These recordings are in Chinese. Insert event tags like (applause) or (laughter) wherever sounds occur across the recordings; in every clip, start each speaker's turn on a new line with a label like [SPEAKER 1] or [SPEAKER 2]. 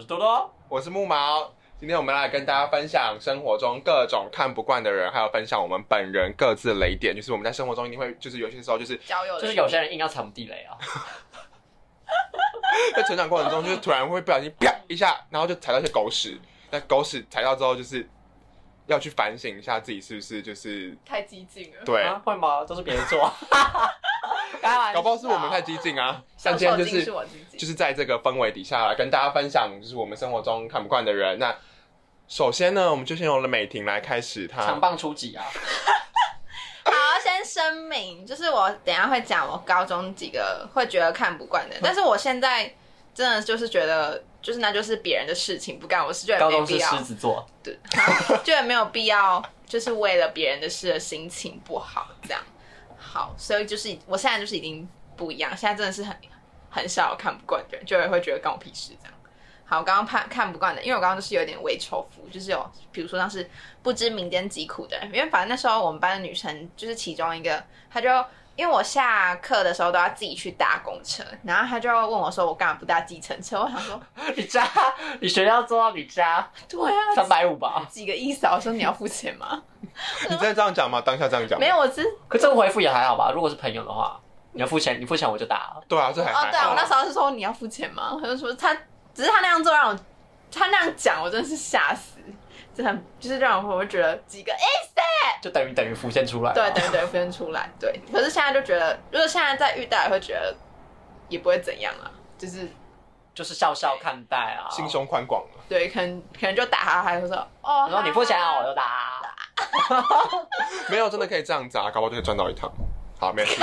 [SPEAKER 1] 是多多，
[SPEAKER 2] 我是木毛。今天我们来跟大家分享生活中各种看不惯的人，还有分享我们本人各自雷点，就是我们在生活中一定会，就是有些时候就是
[SPEAKER 3] 交友的
[SPEAKER 1] 就是有些人硬要踩我们地雷啊，
[SPEAKER 2] 在哎成长过程中，就是突然会不小心啪一下，然后就踩到一些狗屎。那狗屎踩到之后，就是要去反省一下自己是不是就是
[SPEAKER 3] 太激进了，
[SPEAKER 2] 对，
[SPEAKER 1] 啊会吗？都是别人 (laughs) 做，开玩笑
[SPEAKER 2] 搞不好是我们太激进啊。像
[SPEAKER 3] 像
[SPEAKER 2] 今
[SPEAKER 3] 受
[SPEAKER 2] 天就
[SPEAKER 3] 精
[SPEAKER 2] 是
[SPEAKER 3] 是我自己，
[SPEAKER 2] 就是在这个氛围底下来跟大家分享，就是我们生活中看不惯的人。那首先呢，我们就先由了美婷来开始她
[SPEAKER 1] 强棒出击啊！
[SPEAKER 3] 好，先声明，就是我等一下会讲我高中几个会觉得看不
[SPEAKER 2] 嗯
[SPEAKER 3] 惯的，但是我现在真的就是觉得，就是那就是别人的事情，不干我是觉得
[SPEAKER 1] 高
[SPEAKER 3] 没
[SPEAKER 1] 中
[SPEAKER 3] 必
[SPEAKER 1] 是
[SPEAKER 3] 要
[SPEAKER 1] 狮，子座，
[SPEAKER 3] 对，好觉得没有必要，就是为了别人的事而心情不好这样。好，所以就是我现在就是已经不一样，现在真的是很很少有看不惯的人，就会觉得干我屁事这样。好，我刚刚看看不惯的，因为我刚刚就是有点微仇富，就是有比如说像是不知民间疾苦的人，因为反正那时候我们班的女生就是其中一个，她就因为我下课的时候都要自己去搭公车，然后她就问我说我干嘛不搭计程车？我想说
[SPEAKER 1] 你家你学校做到你
[SPEAKER 3] (laughs)
[SPEAKER 1] 家
[SPEAKER 3] 对啊，
[SPEAKER 1] 三百五吧？
[SPEAKER 3] 几个意思啊？我说你要付钱吗？
[SPEAKER 2] 你真的这样讲吗？当下这样讲吗？
[SPEAKER 3] 没有，我只是
[SPEAKER 1] 可这个回复也还好吧？如果是朋友的话，你要付钱，你付钱我就打了。
[SPEAKER 2] 对啊，这还
[SPEAKER 3] 哦，对啊，我
[SPEAKER 2] 还
[SPEAKER 3] 那
[SPEAKER 2] 好。
[SPEAKER 3] 时候是说你要付钱吗？他就说他，只是他那样做让我，他那样讲我真的是吓死，真的就是让我会觉得几个哎、
[SPEAKER 1] 就等于等于浮现出来啊了，
[SPEAKER 3] 对对对，分出来，对。可是现在就觉得，如果现在再遇到，也会觉得也不会怎样啊，就是
[SPEAKER 1] 就是笑笑看待啊，
[SPEAKER 2] 心胸宽广了，
[SPEAKER 3] 对，可能可能就打他，还会说哦，
[SPEAKER 1] 然后你付钱啊，我就打啊。
[SPEAKER 2] 没有真的可以这样子啊，搞不好就可以赚到一趟。好，没 (laughs) 事，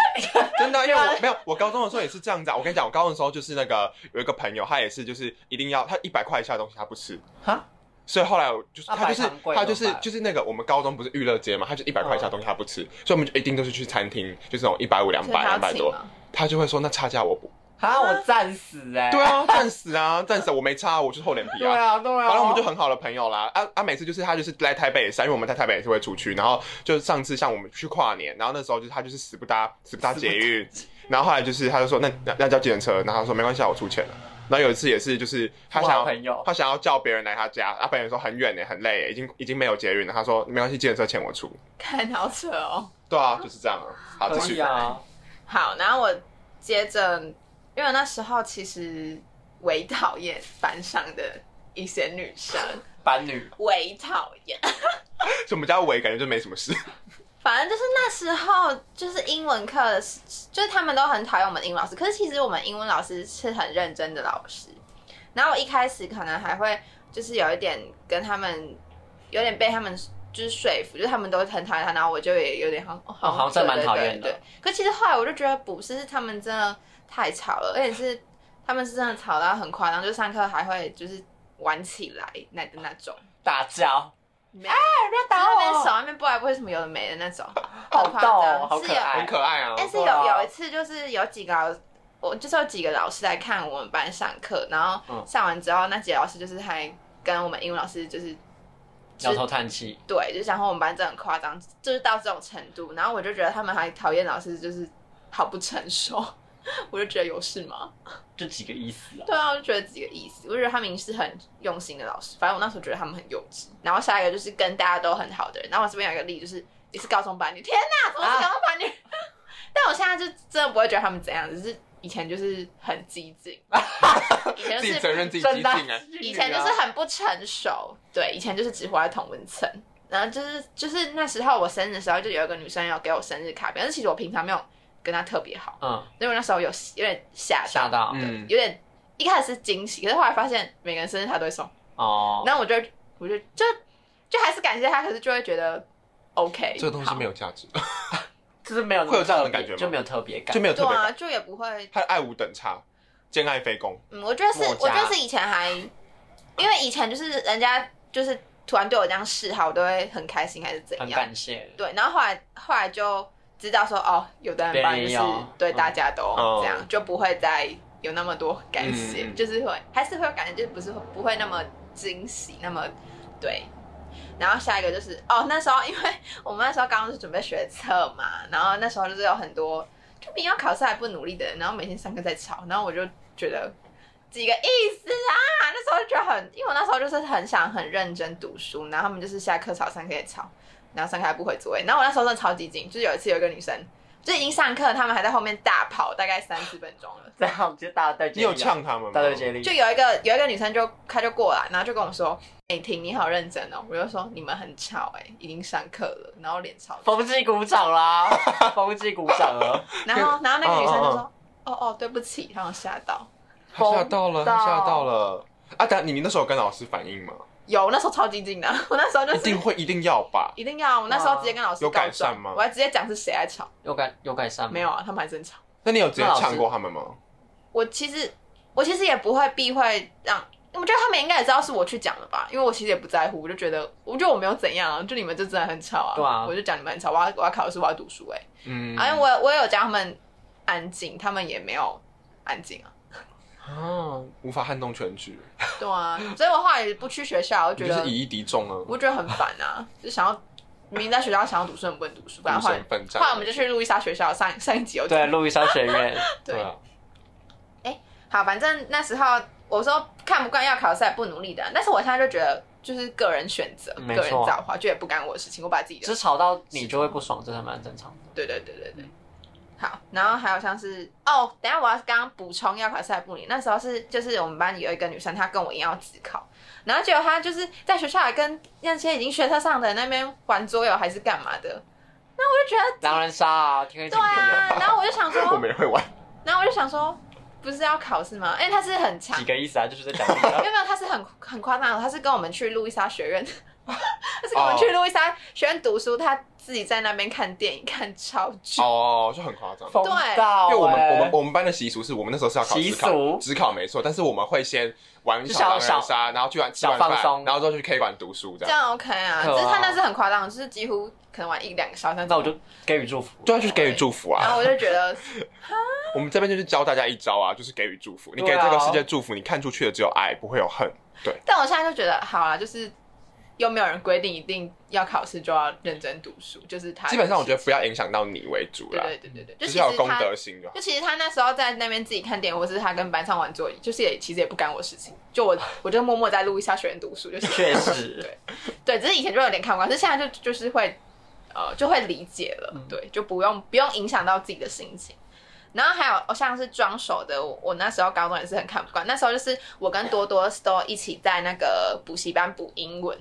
[SPEAKER 2] 真的，因为我没有，我高中的时候也是这样子啊。我跟你讲，我高中的时候就是那个有一个朋友，他也是就是一定要他一百块以下的东西他不吃，
[SPEAKER 1] 哈，
[SPEAKER 2] 所以后来我就是
[SPEAKER 1] 那
[SPEAKER 2] 他就是
[SPEAKER 1] 白糖贵
[SPEAKER 2] 他就是
[SPEAKER 1] 怎么办
[SPEAKER 2] 就是那个我们高中不是娱乐街嘛，他就一百块以下的东西他不吃，所以我们就一定都是去餐厅，就是那种一百五、两百、
[SPEAKER 3] 啊
[SPEAKER 2] 两百多，嗯他啊就会说那差价 (laughs) 我补。
[SPEAKER 1] 啊，我战死哎、
[SPEAKER 2] 对啊，战死啊，战死！我没差，我就是厚脸皮
[SPEAKER 1] 对
[SPEAKER 2] 啊。
[SPEAKER 1] 啊，对啊，
[SPEAKER 2] 反正我们就很好的朋友啦。啊啊，每次就是他就是来台北也是啊，因为我们在台北也是会出去。然后就上次像我们去跨年，然后那时候就是他就是死不搭死不搭捷运，然后后来就是他就说那那那叫计程车，然后他说没关系啊，我出钱了。然后有一次也是就是他想
[SPEAKER 1] 我
[SPEAKER 2] 要
[SPEAKER 1] 好朋友
[SPEAKER 2] 他想要叫别人来他家，啊，朋友说很远呢，很累耶，已经已经没有捷运了。他说没关系，计程车钱我出。
[SPEAKER 3] 看好扯哦。
[SPEAKER 2] 对啊，就是这样啊。好，继
[SPEAKER 1] 可以
[SPEAKER 2] 续。
[SPEAKER 1] 啊，
[SPEAKER 3] 好，然后我接着，因为那时候其实为讨厌班上的一些女生，
[SPEAKER 1] 班女
[SPEAKER 3] 为讨厌。 (laughs)
[SPEAKER 2] 什么叫围？感觉就没什么事。
[SPEAKER 3] 反正就是那时候，就是英文课的时，就是他们都很讨厌我们英文老师。可是其实我们英文老师是很认真的老师。然后我一开始可能还会就是有一点跟他们，有点被他们就是说服，就是他们都很讨厌他，然后我就也有点好，哦
[SPEAKER 1] 好像真蛮讨厌的
[SPEAKER 3] 对对对可其实后来我就觉得不是，是他们真的太吵了，而且是他们是真的吵到很夸张，就上课还会就是玩起来那的那种。
[SPEAKER 1] 打架，
[SPEAKER 3] 没有哎在那边手那边不来不会什么有的没的那种，
[SPEAKER 1] 哦 (laughs) 好
[SPEAKER 3] 夸
[SPEAKER 1] 逗哦
[SPEAKER 3] 张，
[SPEAKER 1] 好
[SPEAKER 3] 是
[SPEAKER 1] 可
[SPEAKER 3] 有
[SPEAKER 1] 爱哦
[SPEAKER 2] 很可爱啊。
[SPEAKER 3] 但是有
[SPEAKER 1] 哇
[SPEAKER 3] 有一次就是有几个老，我就是有几个老师来看我们班上课，然后
[SPEAKER 1] 嗯
[SPEAKER 3] 上完之后，那几个老师就是还跟我们英文老师就是
[SPEAKER 1] 摇头叹气，
[SPEAKER 3] 对，就想说我们班真的很夸张，就是到这种程度。然后我就觉得他们还讨厌老师，就是好不成熟。 (laughs) 我就觉得有事吗？
[SPEAKER 1] 这几个意思啊。
[SPEAKER 3] 对啊，我就觉得几个意思。我就觉得他们是很用心的老师，反正我那时候觉得他们很幼稚。然后下一个就是跟大家都很好的人。然后我这边有一个例，就是也是高中班女，天哪，怎
[SPEAKER 2] 啊
[SPEAKER 3] 么是高中班女？但我现在就真的不会觉得他们怎样，只是以前就是很激进，
[SPEAKER 2] (laughs)
[SPEAKER 3] 以前
[SPEAKER 2] 自
[SPEAKER 3] 就
[SPEAKER 2] 己
[SPEAKER 3] 是
[SPEAKER 2] 承认自己激
[SPEAKER 1] 正
[SPEAKER 2] 进
[SPEAKER 1] 大
[SPEAKER 2] 哎。
[SPEAKER 3] 以前就是很不成熟，对，以前就是只活在同温层。然后就是就是那时候我生日的时候，就有一个女生要给我生日卡片，但是其实我平常没有跟她特别好，
[SPEAKER 1] 嗯，
[SPEAKER 3] 因为我那时候有有点吓到，
[SPEAKER 1] 吓到
[SPEAKER 2] 嗯，
[SPEAKER 3] 有点一开始是惊喜，可是后来发现每个人生日她都会送，
[SPEAKER 1] 哦，
[SPEAKER 3] 然后我就我就就就还是感谢她，可是就会觉得 OK，
[SPEAKER 2] 这个东西没
[SPEAKER 3] 有
[SPEAKER 2] 有价值，
[SPEAKER 1] 就是没有那么
[SPEAKER 2] 会有这样的
[SPEAKER 1] 特别
[SPEAKER 2] 感觉吗
[SPEAKER 1] 就没有特别感
[SPEAKER 2] 就。没有特
[SPEAKER 3] 对
[SPEAKER 2] 别感。
[SPEAKER 3] 啊，就也不会
[SPEAKER 2] 他的爱无等差，兼爱非攻。
[SPEAKER 3] 嗯，我觉得是，
[SPEAKER 1] 墨
[SPEAKER 3] 我
[SPEAKER 1] 家
[SPEAKER 3] 觉得是以前还，因为以前就是人家就是突然对我这样示好，我都会很开心还是怎
[SPEAKER 1] 很
[SPEAKER 3] 样。
[SPEAKER 1] 感谢，
[SPEAKER 3] 对，然后后来后来就知道说，哦，有的人
[SPEAKER 1] 别人
[SPEAKER 3] 班就
[SPEAKER 1] 也
[SPEAKER 3] 是
[SPEAKER 1] 有
[SPEAKER 3] 对
[SPEAKER 1] 嗯
[SPEAKER 3] 大家都
[SPEAKER 2] 哦
[SPEAKER 3] 这样，就不会再有那么多感谢，
[SPEAKER 2] 嗯
[SPEAKER 3] 就是会还是会有感觉，就是不是会不会那么惊喜，那
[SPEAKER 2] 嗯
[SPEAKER 3] 么对。然后下一个就是哦，那时候因为我们那时候刚刚是准备学测嘛，然后那时候就是有很多就明明要考试还不努力的人，然后每天上课在吵，然后我就觉得几个意思啊？那时候就觉得很，因为我那时候就是很想很认真读书，然后他们就是下课吵，上课也吵，然后上课还不回座位。然后我那时候真的超激进，就是有一次有一个女生就已经上课，他们还在后面大跑，大概三四分钟了。
[SPEAKER 1] 这样直接大队接
[SPEAKER 2] 你
[SPEAKER 1] 力啊，
[SPEAKER 2] 有呛他们吗？
[SPEAKER 1] 大队接力，
[SPEAKER 3] 就有一个有一个女生就她就过来，然后就跟我说：“哎、婷，你好认真哦。”我就说：“你们很吵哎、已经上课了。”然后脸超
[SPEAKER 2] 哦
[SPEAKER 3] 臭。
[SPEAKER 1] 风纪鼓掌啦，
[SPEAKER 2] (laughs)
[SPEAKER 1] 风纪鼓掌了，
[SPEAKER 3] 然后然后那个女生就
[SPEAKER 2] 嗯
[SPEAKER 3] 说：“哦哦，对不起，然后吓到。
[SPEAKER 2] 他吓到了，他吓到了。啊，等下你们那时候有跟老师反映吗？”
[SPEAKER 3] 有，那时候超激进的， (laughs) 我那时候就
[SPEAKER 2] 一
[SPEAKER 3] 是
[SPEAKER 2] 定会，一定要吧。
[SPEAKER 3] 一定要，我那时候直接跟老师
[SPEAKER 2] 有
[SPEAKER 3] 告
[SPEAKER 2] 改
[SPEAKER 3] 状
[SPEAKER 2] 善吗
[SPEAKER 3] 我还直接讲是谁在吵，
[SPEAKER 1] 有改有改善吗？
[SPEAKER 3] 没有啊，他们还真吵。
[SPEAKER 2] 那你有直接呛过他们吗？
[SPEAKER 3] 我其实我其实也不会避讳让，我觉得他们应该也知道是我去讲的吧，因为我其实也不在乎，我就觉得我觉得我没有怎样啊，就你们就真的很吵啊，
[SPEAKER 1] 对啊
[SPEAKER 3] 我就讲你们很吵，我要我要考试，我要读书、欸，哎、
[SPEAKER 2] 嗯，
[SPEAKER 3] 啊，因为我我也有教他们安静，他们也没有安静啊，
[SPEAKER 2] 啊，无法撼动全局，
[SPEAKER 3] 对啊，所以我后来也不去学校，我就
[SPEAKER 2] 你
[SPEAKER 3] 觉
[SPEAKER 2] 就
[SPEAKER 3] 得
[SPEAKER 2] 是以一敌众啊，
[SPEAKER 3] 我就觉得很烦啊，就想要明明在学校想要读书，很不能读书，不然
[SPEAKER 2] 孤
[SPEAKER 3] 后来
[SPEAKER 2] 身奋
[SPEAKER 3] 后
[SPEAKER 2] 战。
[SPEAKER 3] 来我们就去路易莎学校上上一集有讲
[SPEAKER 1] 对，路易莎学院，
[SPEAKER 3] (laughs) 对
[SPEAKER 2] 对啊，
[SPEAKER 3] 好，反正那时候我说看不惯要考试还不努力的，但是我现在就觉得就是个人选择、
[SPEAKER 1] 没
[SPEAKER 3] 个人
[SPEAKER 1] 错
[SPEAKER 3] 造化，就也不干我的事情，我把自己
[SPEAKER 1] 只
[SPEAKER 3] 的
[SPEAKER 1] 是吵到你就会不爽，这还蛮正常的。
[SPEAKER 3] 对对对对对。好，然后还有像是哦，等一下我要刚刚补充要考试还不努力，那时候是就是我们班有一个女生，她跟我一样要自考，然后结果她就是在学校还跟那些已经学车上的人那边玩桌游还是干嘛的，那我就觉得
[SPEAKER 1] 狼人杀啊，天黑
[SPEAKER 3] 对
[SPEAKER 1] 请闭眼，
[SPEAKER 3] 啊，然后我就想
[SPEAKER 2] 我
[SPEAKER 3] 说
[SPEAKER 2] 们，也
[SPEAKER 3] (laughs)
[SPEAKER 2] 会玩。
[SPEAKER 3] 然后我就想说，不是要考试吗？因哎为她是很强
[SPEAKER 1] 几个意思啊？就是在讲你
[SPEAKER 3] (laughs) 没有没有，他是很很夸张的，他是跟我们去路易莎学院，他是跟我们去路易莎学院读书，他自己在那边看电影看超久。
[SPEAKER 2] 哦，就很夸张。
[SPEAKER 1] 疯到
[SPEAKER 2] 因
[SPEAKER 3] 啊
[SPEAKER 1] 欸，
[SPEAKER 2] 为我们我们我们班的习俗是我们那时候是要考
[SPEAKER 1] 习
[SPEAKER 2] 职
[SPEAKER 1] 俗
[SPEAKER 2] 考，职考没错，但是我们会先玩一
[SPEAKER 1] 就
[SPEAKER 2] 场狼
[SPEAKER 1] 小
[SPEAKER 2] 人杀，然后去玩吃
[SPEAKER 1] 小
[SPEAKER 2] 完
[SPEAKER 1] 放松
[SPEAKER 2] 饭，然后之后去 K 馆读书这
[SPEAKER 3] 这
[SPEAKER 2] 样。
[SPEAKER 3] 样 OK 啊，
[SPEAKER 1] 可啊
[SPEAKER 3] 只是他那是很夸张，就是几乎可能玩一两个小时。
[SPEAKER 1] 那我就给予祝福。
[SPEAKER 2] 对啊，就是给予祝福
[SPEAKER 3] 然
[SPEAKER 2] 啊！
[SPEAKER 3] 后我就觉得， (laughs)
[SPEAKER 2] 我们这边就是教大家一招啊，就是给予祝福。你给
[SPEAKER 1] 对啊
[SPEAKER 2] 这个世界祝福，你看出去的只有爱，不会有恨。
[SPEAKER 3] 但我现在就觉得，好啦，就是又没有人规定一定要考试就要认真读书，就是他
[SPEAKER 2] 基本上我觉得不要影响到你为主
[SPEAKER 3] 对
[SPEAKER 2] 啦，
[SPEAKER 3] 对对对对，就其
[SPEAKER 2] 就是
[SPEAKER 3] 实
[SPEAKER 2] 要有公
[SPEAKER 3] 他
[SPEAKER 2] 德心就好。
[SPEAKER 3] 就其实他那时候在那边自己看电影，或是他跟班上玩桌椅，就是也其实也不干我事情，就我我就默默在路易莎学院读书，就是
[SPEAKER 1] 确实，
[SPEAKER 3] 对，只是以前就有点看不惯，可是现在就就是会，呃，就会理解了，
[SPEAKER 1] 嗯
[SPEAKER 3] 对，就不用不用影响到自己的心情。然后还有哦像是装手的，我我那时候高中也是很看不惯，那时候就是我跟多多都一起在那个补习班补英文，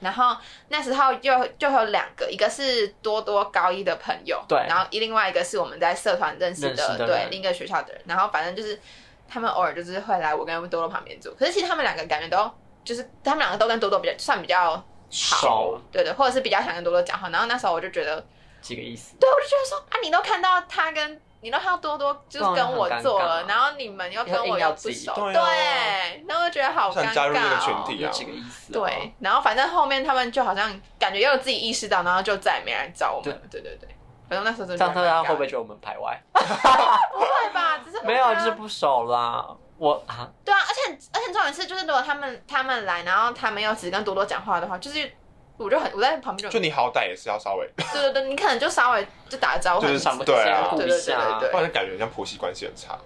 [SPEAKER 3] 然后那时候就就有两个，一个是多多高一的朋友，
[SPEAKER 1] 对
[SPEAKER 3] 然后另外一个是我们在社团认识的，
[SPEAKER 1] 认识的
[SPEAKER 3] 对
[SPEAKER 1] 人
[SPEAKER 3] 另一个学校的人，然后反正就是他们偶尔就是会来我跟多多旁边坐，可是其实他们两个感觉都就是他们两个都跟多多比较算比较好
[SPEAKER 1] 熟，
[SPEAKER 3] 对对，或者是比较想跟多多讲话，然后那时候我就觉得，
[SPEAKER 1] 几个意思。
[SPEAKER 3] 对我就觉得说啊，你都看到他跟你都看到多多就是跟我做
[SPEAKER 1] 对啊很尴
[SPEAKER 3] 了，
[SPEAKER 1] 尬
[SPEAKER 3] 然后你们又跟我又不熟，
[SPEAKER 2] 要硬要挤对啊
[SPEAKER 3] 对，那我就觉得好尴
[SPEAKER 2] 想加入这个
[SPEAKER 3] 尬、
[SPEAKER 2] 群
[SPEAKER 3] 哦。
[SPEAKER 2] 体啊
[SPEAKER 1] 有几个意思、啊，
[SPEAKER 3] 对，然后反正后面他们就好像感觉又有自己意识到，然后就再也没来找我们了。对对对，反正那时候真
[SPEAKER 1] 这
[SPEAKER 3] 的
[SPEAKER 1] 样他他
[SPEAKER 3] 蛮尴尬
[SPEAKER 1] 会不会觉得我们排外？
[SPEAKER 3] 不会吧？只是
[SPEAKER 1] 没有，啊
[SPEAKER 3] 我
[SPEAKER 1] 就
[SPEAKER 3] 觉
[SPEAKER 1] 是
[SPEAKER 3] 得
[SPEAKER 1] 不熟啦。我啊，
[SPEAKER 3] 对啊，而且而且重点是，就是如果他们他们来，然后他们又只跟多多讲话的话，就是我就很我在旁边
[SPEAKER 2] 就
[SPEAKER 3] 就
[SPEAKER 2] 你好歹也是要稍微，
[SPEAKER 3] 对对对，你可能就稍微就打个招呼，
[SPEAKER 2] 就是
[SPEAKER 3] 很
[SPEAKER 1] 不
[SPEAKER 2] 对啊
[SPEAKER 1] 顾
[SPEAKER 3] 对
[SPEAKER 1] 一
[SPEAKER 3] 对对
[SPEAKER 1] 下啊，
[SPEAKER 3] 对
[SPEAKER 2] 不然就感觉像婆媳关系很差。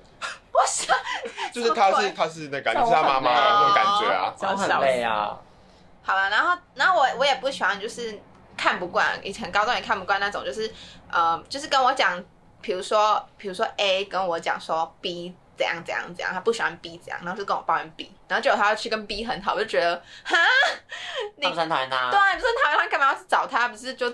[SPEAKER 3] 我想
[SPEAKER 2] 就是他
[SPEAKER 3] 超
[SPEAKER 2] 是
[SPEAKER 3] 怪
[SPEAKER 2] 他是那个，你是他妈妈那种感觉啊。
[SPEAKER 1] 这样很累啊。
[SPEAKER 3] 好了，然后然后我我也不喜欢就是看不惯，以前高中也看不惯那种，就是呃，就是跟我讲，比如说比如说 A 跟我讲说 B 怎样怎样怎样，他不喜欢 B 怎样，然后就跟我抱怨 B，然后结果他要去跟 B 很好，我就觉得哈，你
[SPEAKER 1] 他们很讨厌他
[SPEAKER 3] 对，啊，你不是很讨厌他，干嘛要去找他？不是就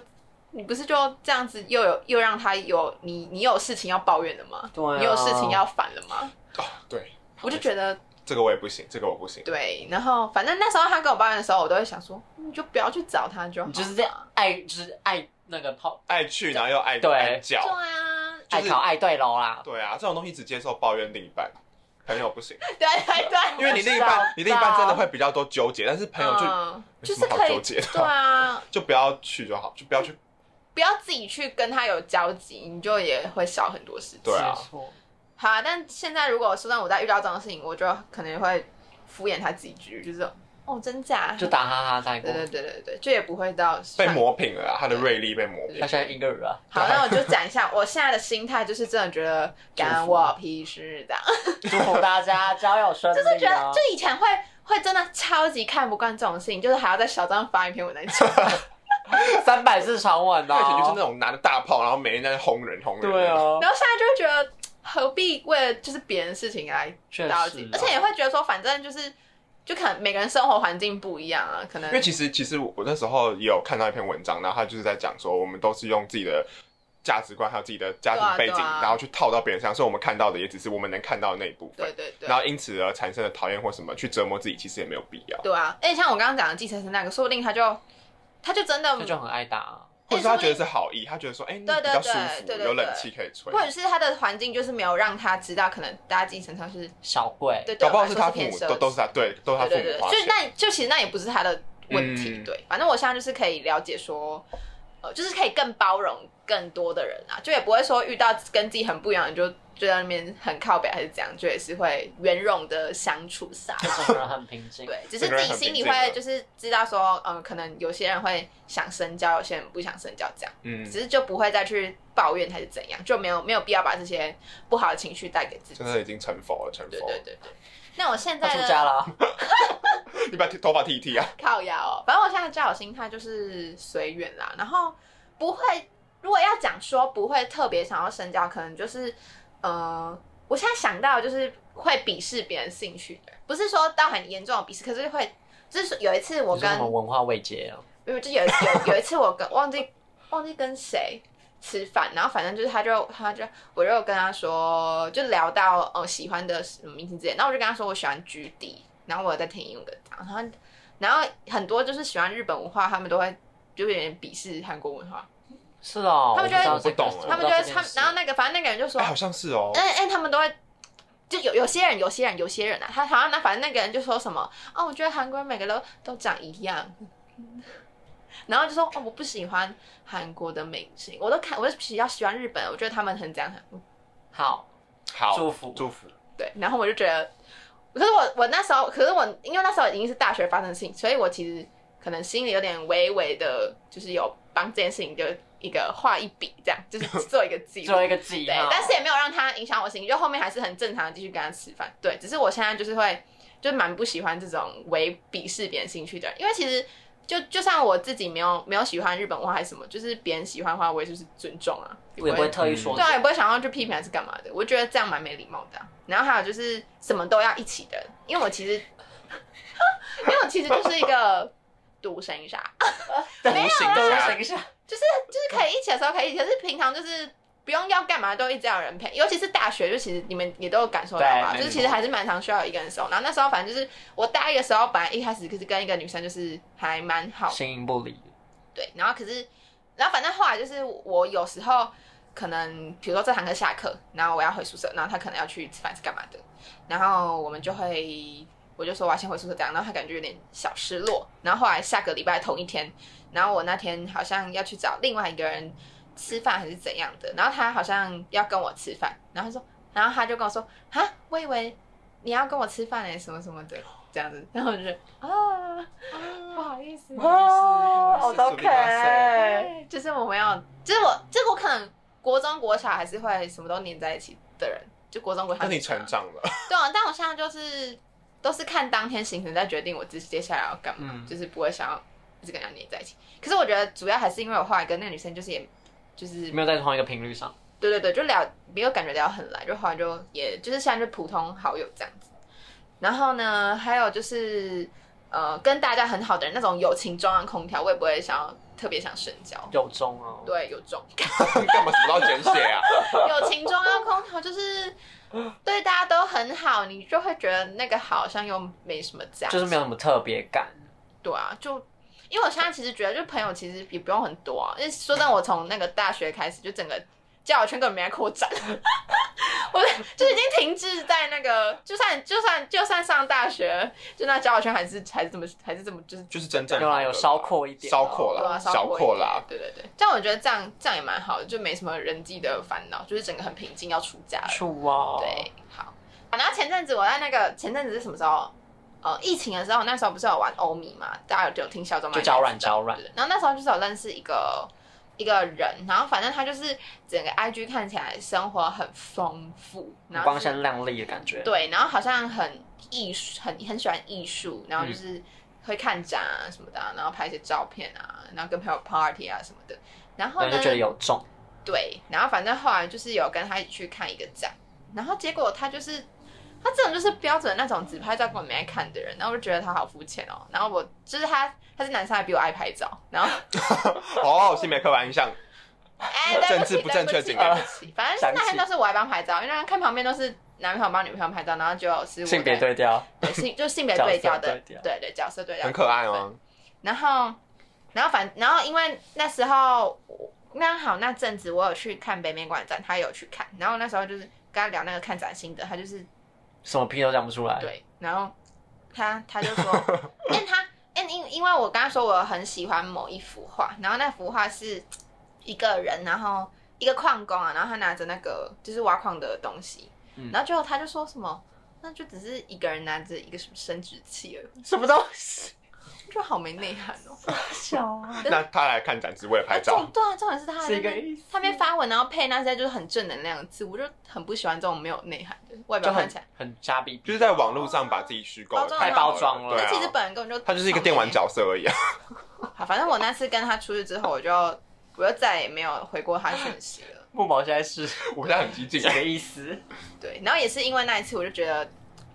[SPEAKER 3] 你不是就这样子又有又让他有你你有事情要抱怨的吗？
[SPEAKER 1] 对啊
[SPEAKER 3] 你有事情要烦了吗？
[SPEAKER 2] 哦，对，
[SPEAKER 3] 我就觉得
[SPEAKER 2] 这个我也不行，这个我不行。
[SPEAKER 3] 对，然后反正那时候他跟我抱怨的时候，我都会想说，你就不要去找他就好，
[SPEAKER 1] 你就是这样。爱，就是爱那个泡，
[SPEAKER 2] 爱去然后又爱
[SPEAKER 1] 对
[SPEAKER 2] 爱
[SPEAKER 3] 对
[SPEAKER 2] 叫，
[SPEAKER 3] 啊，
[SPEAKER 2] 就
[SPEAKER 1] 爱
[SPEAKER 2] 是
[SPEAKER 1] 考爱对喽啦。
[SPEAKER 2] 对啊，这种东西只接受抱怨另一半，朋友不行，
[SPEAKER 3] (laughs) 对对对，
[SPEAKER 2] 因为你另一
[SPEAKER 1] 我知道
[SPEAKER 2] 半你另一半真的会比较多纠结，但是朋友就
[SPEAKER 3] 嗯
[SPEAKER 2] 没
[SPEAKER 3] 就
[SPEAKER 2] 什么
[SPEAKER 3] 是
[SPEAKER 2] 好
[SPEAKER 3] 可以
[SPEAKER 2] 纠结的
[SPEAKER 3] 对啊，
[SPEAKER 2] 就不要去就好，就不要去。
[SPEAKER 3] 不要自己去跟他有交集，你就也会少很多事情。
[SPEAKER 2] 对啊
[SPEAKER 1] 没错，
[SPEAKER 3] 好啊，但现在如果说让我在遇到这种事情，我就可能会敷衍他几句，就是哦，真假？
[SPEAKER 1] 就打哈哈带过
[SPEAKER 3] 对。对对对对，就也不会到
[SPEAKER 2] 被。磨平了啊，他的锐利被磨平
[SPEAKER 1] 他。现在英格尔啊，
[SPEAKER 3] 好，那我就讲一下我现在的心态，就是真的觉得干我屁事
[SPEAKER 2] (laughs)
[SPEAKER 3] 的，
[SPEAKER 1] 祝福大家交友顺利、啊。
[SPEAKER 3] 就是觉得就以前会会真的超级看不惯这种事情，就是还要在小张发一篇文章讲。
[SPEAKER 1] 三百字长文
[SPEAKER 2] 他以前就是
[SPEAKER 1] 哦
[SPEAKER 2] 那。种拿着大炮，然后每天在那轰人轰人。
[SPEAKER 1] 对，啊，
[SPEAKER 3] 然后现在就会觉得何必为了就是别人的事情来
[SPEAKER 1] 确实啊
[SPEAKER 3] 着急，而且也会觉得说，反正就是就可能每个人生活环境不一样啊，可能
[SPEAKER 2] 因为其实其实我我那时候也有看到一篇文章，然后他就是在讲说，我们都是用自己的价值观还有自己的家庭背景，
[SPEAKER 3] 对啊对啊
[SPEAKER 2] 然后去套到别人身上，所以我们看到的也只是我们能看到的那一部分
[SPEAKER 3] 对。对对
[SPEAKER 2] 然。后因此而产生的讨厌或什么，去折磨自己，其实也没有必要。
[SPEAKER 3] 对啊，而且像我刚刚讲的计程车那个，说不定他就他就真的，
[SPEAKER 1] 他就很爱打、啊。
[SPEAKER 2] 或者是他觉得是好意，他觉得说，哎、你
[SPEAKER 3] 对
[SPEAKER 2] 比
[SPEAKER 3] 对
[SPEAKER 2] 较舒
[SPEAKER 3] 对对
[SPEAKER 2] 服，
[SPEAKER 3] 对
[SPEAKER 2] 有冷
[SPEAKER 3] 对
[SPEAKER 2] 气可以吹。
[SPEAKER 3] 或者是他的环境就是没有让他知道，可能搭计程车是
[SPEAKER 1] 小贵，
[SPEAKER 3] 对，对
[SPEAKER 2] 搞
[SPEAKER 3] 我
[SPEAKER 2] 不好
[SPEAKER 3] 来
[SPEAKER 2] 是
[SPEAKER 3] 说
[SPEAKER 2] 他父
[SPEAKER 3] 偏
[SPEAKER 2] 母，
[SPEAKER 3] 奢
[SPEAKER 2] 都都
[SPEAKER 3] 侈
[SPEAKER 2] 是他，对，都是他父
[SPEAKER 3] 对对
[SPEAKER 2] 母
[SPEAKER 3] 对，
[SPEAKER 2] 花
[SPEAKER 3] 就
[SPEAKER 2] 钱。
[SPEAKER 3] 那就其实那也不是他的问题，
[SPEAKER 2] 嗯
[SPEAKER 3] 对，反正我现在就是可以了解说，呃，就是可以更包容更多的人啊，就也不会说遇到跟自己很不一样的人就就在那边很靠北还是怎样，就也是会圆融的相处下
[SPEAKER 2] (laughs)
[SPEAKER 3] 来。
[SPEAKER 1] 整个人很平静。
[SPEAKER 3] 对，只是自己心里会就是知道说，嗯、可能有些人会想深交，有些人不想深交，这样，
[SPEAKER 2] 嗯，
[SPEAKER 3] 只是就不会再去抱怨还是怎样，就没有没有必要把这些不好的情绪带给自己
[SPEAKER 2] 真。的已经成佛了，成
[SPEAKER 3] 对
[SPEAKER 2] 佛
[SPEAKER 3] 对对对。那我现
[SPEAKER 1] 他
[SPEAKER 3] 在
[SPEAKER 1] 出
[SPEAKER 3] 呢？
[SPEAKER 1] 家了啊，
[SPEAKER 2] 你把头发剃一剃啊！
[SPEAKER 3] (laughs) 靠腰、哦，反正我现在交友心态就是随缘啦，然后不会，如果要讲说不会特别想要深交，可能就是，呃，我现在想到就是会鄙视别人兴趣的，不是说到很严重的鄙视，可是会，就是有一次我
[SPEAKER 1] 你说
[SPEAKER 3] 跟
[SPEAKER 1] 什么文化未接啊？
[SPEAKER 3] 因为就有有有一次我跟忘记忘记跟谁吃饭，然后反正就是他就他就我就跟他说，就聊到呃喜欢的什么明星之类，然后我就跟他说我喜欢 G D，然后我有在听英文歌，然后他然后很多就是喜欢日本文化，他们都会就有点鄙视韩国文化，
[SPEAKER 1] 是哦，
[SPEAKER 3] 他们就会
[SPEAKER 1] 我不知道
[SPEAKER 2] 我不
[SPEAKER 1] 这个
[SPEAKER 2] 懂欸
[SPEAKER 3] 他们就
[SPEAKER 1] 我
[SPEAKER 3] 会
[SPEAKER 1] 不知道这件
[SPEAKER 3] 他们
[SPEAKER 1] 事
[SPEAKER 3] 然后那个反正那个人就说
[SPEAKER 2] 哎、，好像是哦。
[SPEAKER 3] 嗯嗯，他们都会。就有有些人，有些人，有些人啊，他好像那反正那个人就说什么哦，我觉得韩国人每个都都长一样， (laughs) 然后就说哦，我不喜欢韩国的明星，我都看，我就比较喜欢日本，我觉得他们很怎样很
[SPEAKER 1] 好
[SPEAKER 2] 好，
[SPEAKER 1] 祝福
[SPEAKER 2] 祝福。
[SPEAKER 3] 对，然后我就觉得，可是我我那时候，可是我因为那时候已经是大学发生的事情，所以我其实可能心里有点微微的，就是有帮这件事情就一个画一笔，这样就是做一个记录
[SPEAKER 1] (laughs) 最后，一个记
[SPEAKER 3] 对
[SPEAKER 1] 号，，
[SPEAKER 3] 但是也没有让他影响我心情，就后面还是很正常的继续跟他吃饭。对，只是我现在就是会，就蛮不喜欢这种为鄙视别人兴趣的人，因为其实就就算我自己没有没有喜欢日本话还是什么，就是别人喜欢的话，我也就是尊重啊，也
[SPEAKER 1] 我也不会特意
[SPEAKER 2] 嗯
[SPEAKER 1] 说
[SPEAKER 3] 对啊，也不会想要去批评还是干嘛的。我觉得这样蛮没礼貌的啊、然后还有就是什么都要一起的，因为我其实， (laughs) 因为我其实就是一个独生杀，
[SPEAKER 1] 对
[SPEAKER 2] 没有啊
[SPEAKER 1] 都行一下，
[SPEAKER 3] 就是就是可以一起的时候可以一起，可是平常就是不用要干嘛都一直要有人陪，尤其是大学，就其实你们也都有感受到吧，
[SPEAKER 1] 对
[SPEAKER 3] 就是其实还是蛮常需要一个人的时候。然后那时候反正就是我大一的时候，本来一开始就是跟一个女生就是还蛮好，
[SPEAKER 1] 形影不离。
[SPEAKER 3] 对，然后可是然后反正后来就是我有时候可能比如说这堂课下课，然后我要回宿舍，然后他可能要去吃饭是干嘛的，然后我们就会。我就说我要先回宿舍这样，然后他感觉有点小失落。然后后来下个礼拜同一天，然后我那天好像要去找另外一个人吃饭还是怎样的，然后他好像要跟我吃饭，然后他说，然后他就跟我说，啊，我以为你要跟我吃饭哎、什么什么的这样子，然后我就觉得啊，不好意思，
[SPEAKER 2] 哦好
[SPEAKER 1] 都
[SPEAKER 2] 可爱
[SPEAKER 3] 对，就是我们要，就是我，就是我可能国中国小还是会什么都黏在一起的人，就国中国小。
[SPEAKER 2] 那你成长了， (laughs)
[SPEAKER 3] 对啊，但我现在就是都是看当天行程再决定我自己接下来要干嘛，
[SPEAKER 1] 嗯
[SPEAKER 3] 就是不会想要一直跟人家黏在一起。可是我觉得主要还是因为我后来跟那个女生就是也就是
[SPEAKER 1] 没有在同一个频率上，
[SPEAKER 3] 对对对，就聊没有感觉聊很来，就后来就也就是现在就普通好友这样子。然后呢，还有就是呃跟大家很好的人那种友情中央空调，我也不会想要特别想深交。
[SPEAKER 1] 有中哦。
[SPEAKER 3] 对，有中。
[SPEAKER 2] 干嘛什么都要简写啊？
[SPEAKER 3] (laughs)
[SPEAKER 2] (laughs)
[SPEAKER 3] 友情中央空调就是对大家都很好，你就会觉得那个好像又没什么价值，
[SPEAKER 1] 就是没有什么特别感，
[SPEAKER 3] 对啊，就因为我现在其实觉得，就朋友其实也不用很多啊，因为说真的，我从那个大学开始，就整个交友圈根本没在扩展， (laughs) 我就是已经停滞在那个，就算就算就算上大学，就那交友圈还是还是这么还是这么就是。
[SPEAKER 2] 就是真正
[SPEAKER 1] 有啦，有
[SPEAKER 2] 烧
[SPEAKER 1] 稍阔一点，
[SPEAKER 2] 烧阔
[SPEAKER 3] 对啊，
[SPEAKER 2] 啦，
[SPEAKER 3] 稍
[SPEAKER 2] 小
[SPEAKER 3] 微
[SPEAKER 2] 阔啦，，
[SPEAKER 3] 对对对，这样我觉得这样这样也蛮好的，就没什么人际的烦恼，就是整个很平静，要出家了。
[SPEAKER 1] 处啊，
[SPEAKER 3] 对，好。然后前阵子我在那个前阵子是什么时候？呃疫情的时候，那时候不是有玩欧米嘛，大家有有听小众吗？
[SPEAKER 1] 就交软交软
[SPEAKER 3] 对。然后那时候就是有认识一个一个人，然后反正他就是整个 IG 看起来生活很丰富，然后
[SPEAKER 1] 光
[SPEAKER 3] 就是、
[SPEAKER 1] 鲜亮丽的感觉。
[SPEAKER 3] 对，然后好像很艺术，很很喜欢艺术，然后
[SPEAKER 1] 嗯
[SPEAKER 3] 就是会看展啊什么的啊、然后拍一些照片啊，然后跟朋友 party 啊什么的。然后
[SPEAKER 1] 然后
[SPEAKER 3] 呢
[SPEAKER 1] 就，觉得有中，
[SPEAKER 3] 对，然后反正后来就是有跟他一起去看一个展，然后结果他就是他这种就是标准的那种只拍照根本没爱看的人，然后我就觉得他好肤浅哦。然后我就是他，他是男生还比我爱拍照，然后
[SPEAKER 1] (laughs)
[SPEAKER 2] 哦，性别刻板印象，
[SPEAKER 3] 哎，对不
[SPEAKER 2] 政治
[SPEAKER 3] 起，
[SPEAKER 2] 不正确
[SPEAKER 3] 对不起，
[SPEAKER 2] 警
[SPEAKER 3] 对
[SPEAKER 2] 告
[SPEAKER 3] 不起，反正那天都是我还帮拍照，因为那看旁边都是男朋友帮女朋友拍照，然后就是我
[SPEAKER 1] 性别
[SPEAKER 3] 在
[SPEAKER 1] 对调，
[SPEAKER 3] 对性就是性别对调
[SPEAKER 1] 角色
[SPEAKER 3] 的
[SPEAKER 1] 对调，
[SPEAKER 3] 对对角色对调，
[SPEAKER 2] 很可爱哦。
[SPEAKER 3] 然后，然后反，然后因为那时候我那好那阵子我有去看北美馆展，他有去看，然后那时候就是跟他聊那个看展心得，他就是
[SPEAKER 1] 什么屁都讲不出来。
[SPEAKER 3] 对，然后他他就
[SPEAKER 1] (laughs)
[SPEAKER 3] 说，因为他因因因为我刚刚说我很喜欢某一幅画，然后那幅画是一个人，然后一个矿工啊，然后他拿着那个就是挖矿的东西，
[SPEAKER 1] 嗯
[SPEAKER 3] 然后最后他就说什么，那就只是一个人拿着一个什么生殖器而已，
[SPEAKER 1] 什么东西？
[SPEAKER 3] 就好没内涵哦。
[SPEAKER 1] 笑啊！
[SPEAKER 2] 那他来看展是为了拍
[SPEAKER 3] 啊
[SPEAKER 2] 照
[SPEAKER 3] 重，对啊，重点是他还
[SPEAKER 1] 是一个
[SPEAKER 3] 在那边
[SPEAKER 1] 意思
[SPEAKER 3] 他没发文，然后配那些就是很正能量的字，我就很不喜欢这种没有内涵的外
[SPEAKER 1] 就
[SPEAKER 3] 表看
[SPEAKER 1] 很
[SPEAKER 3] 起来。
[SPEAKER 1] 很瞎逼逼，
[SPEAKER 2] 就是在网络上把自己虚构
[SPEAKER 3] 包
[SPEAKER 2] 的
[SPEAKER 3] 装
[SPEAKER 2] 太
[SPEAKER 1] 好
[SPEAKER 2] 好
[SPEAKER 1] 包装
[SPEAKER 2] 了
[SPEAKER 1] 了
[SPEAKER 2] 对
[SPEAKER 3] 那
[SPEAKER 2] 啊
[SPEAKER 3] 其实本人根本就
[SPEAKER 2] 他就是一个电玩
[SPEAKER 3] 角。
[SPEAKER 2] 角色而
[SPEAKER 3] (laughs)
[SPEAKER 2] 已啊。
[SPEAKER 3] 好，反正我那次跟他出去之后，我就我就再也没有回过他讯息了。
[SPEAKER 1] 木毛现在是
[SPEAKER 2] 我现在很激进 (laughs)
[SPEAKER 1] 几，个意 (laughs) 思？
[SPEAKER 3] 对，然后也是因为那一次，我就觉得，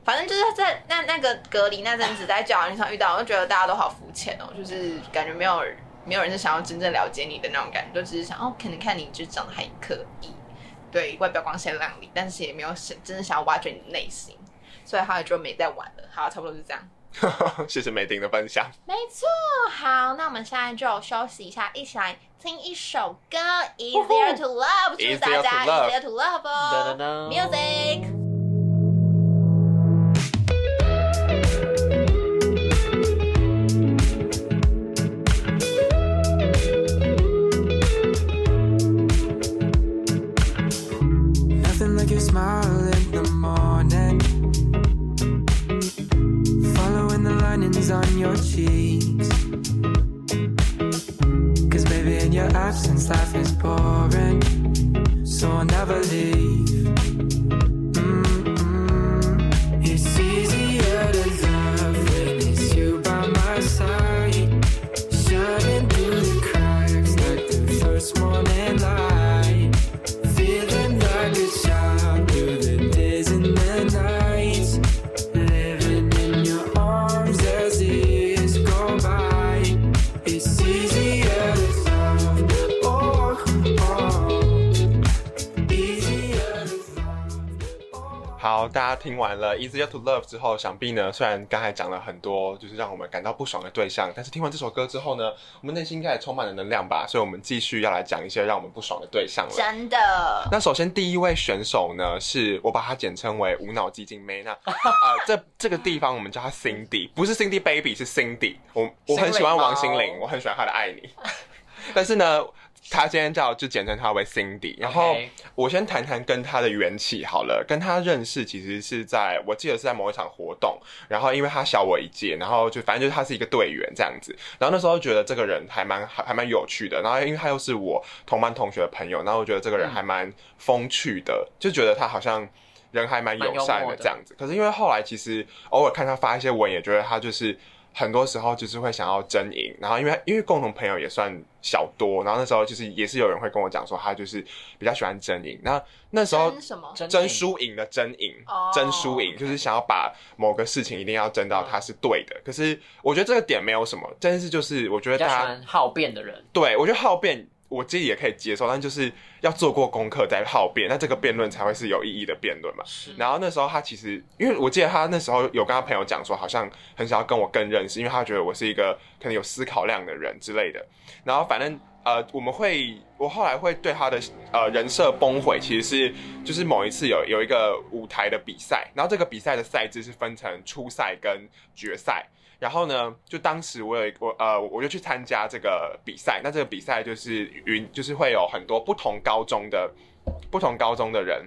[SPEAKER 3] 反正就是在那那个隔离那阵子，在交友软件上遇到，我就觉得大家都好肤浅哦，就是感觉没有人没有人是想要真正了解你的那种感觉，就只是想哦，可能看你就长得还可以，对外表光鲜亮丽，但是也没有是真正想要挖掘你的内心，所以后来就没再玩了。好，差不多是这样。
[SPEAKER 2] 谢谢美婷的分享。
[SPEAKER 3] 没错，好，那我们现在就休息一下，一起来听一首歌《Easier to Love》，祝
[SPEAKER 2] Easier
[SPEAKER 3] 大家
[SPEAKER 2] to Love
[SPEAKER 3] Easier to Love
[SPEAKER 1] 噔噔
[SPEAKER 3] 哦
[SPEAKER 1] 噔
[SPEAKER 3] ，Music。
[SPEAKER 4] Nothing like your smile in the morning. Following the linings on your cheeks. Cause baby, in your absence, life is boring. So I'll never leave. Mm-mm. It's easier to love when it's you by my side. Shining through the cracks like the first morning light. Feeling like a child through the days and the nights. Living in your arms as the years go by. It's easier to love. Oh, oh. Easier to love. Oh.
[SPEAKER 2] 好，大家听完了《Easier to Love》之后，想必呢，虽然刚才讲了很多就是让我们感到不爽的对象，但是听完这首歌之后呢，我们内心应该也充满了能量吧，所以我们继续要来讲一些让我们不爽的对象了。
[SPEAKER 3] 真的，
[SPEAKER 2] 那首先第一位选手呢，是我把它简称为无脑激进妹。那呃，这这个地方我们叫她 Cindy，不是 Cindy Baby，是 Cindy。我我很喜欢王心凌，我很喜欢她的《爱你》， (laughs) 但是呢，她今天叫就简称她为 Cindy。然后
[SPEAKER 1] OK
[SPEAKER 2] 我先谈谈跟她的缘起好了。跟她认识其实是在我记得是在某一场活动，然后因为她小我一届，然后就反正就是她是一个队员这样子。然后那时候觉得这个人还蛮还还蛮有趣的，然后因为他又是我同班同学的朋友，然后我觉得这个人还蛮风趣的，就觉得他好像人还蛮友
[SPEAKER 1] 蛮
[SPEAKER 2] 善
[SPEAKER 1] 幽默
[SPEAKER 2] 的
[SPEAKER 1] 的
[SPEAKER 2] 这样子。可是因为后来其实偶尔看他发一些文，也觉得他就是很多时候就是会想要争赢，然后因为因为共同朋友也算小多，然后那时候就是也是有人会跟我讲说他就是比较喜欢争赢，那那时候
[SPEAKER 3] 真什么？
[SPEAKER 2] 争输赢的争赢
[SPEAKER 3] 哦，
[SPEAKER 2] 争输赢就是想要把某个事情一定要争到它是对的。可是我觉得这个点没有什么，但是就是我觉
[SPEAKER 1] 比
[SPEAKER 2] 得
[SPEAKER 1] 较
[SPEAKER 2] 大
[SPEAKER 1] 喜
[SPEAKER 2] 家
[SPEAKER 1] 欢好辩的人，
[SPEAKER 2] 对我觉得好辩，我自己也可以接受，但就是要做过功课再好辩，那这个辩论才会是有意义的辩论嘛。
[SPEAKER 1] 是
[SPEAKER 2] 然后那时候他其实，因为我记得他那时候有跟他朋友讲说，好像很想要跟我更认识，因为他觉得我是一个可能有思考量的人之类的。然后反正呃，我们会，我后来会对他的呃人设崩毁，其实是就是某一次有有一个舞台的比赛，然后这个比赛的赛制是分成初赛跟决赛。然后呢，就当时我有一个我呃，我就去参加这个比赛。那这个比赛就是云，就是会有很多不同高中的不同高中的人，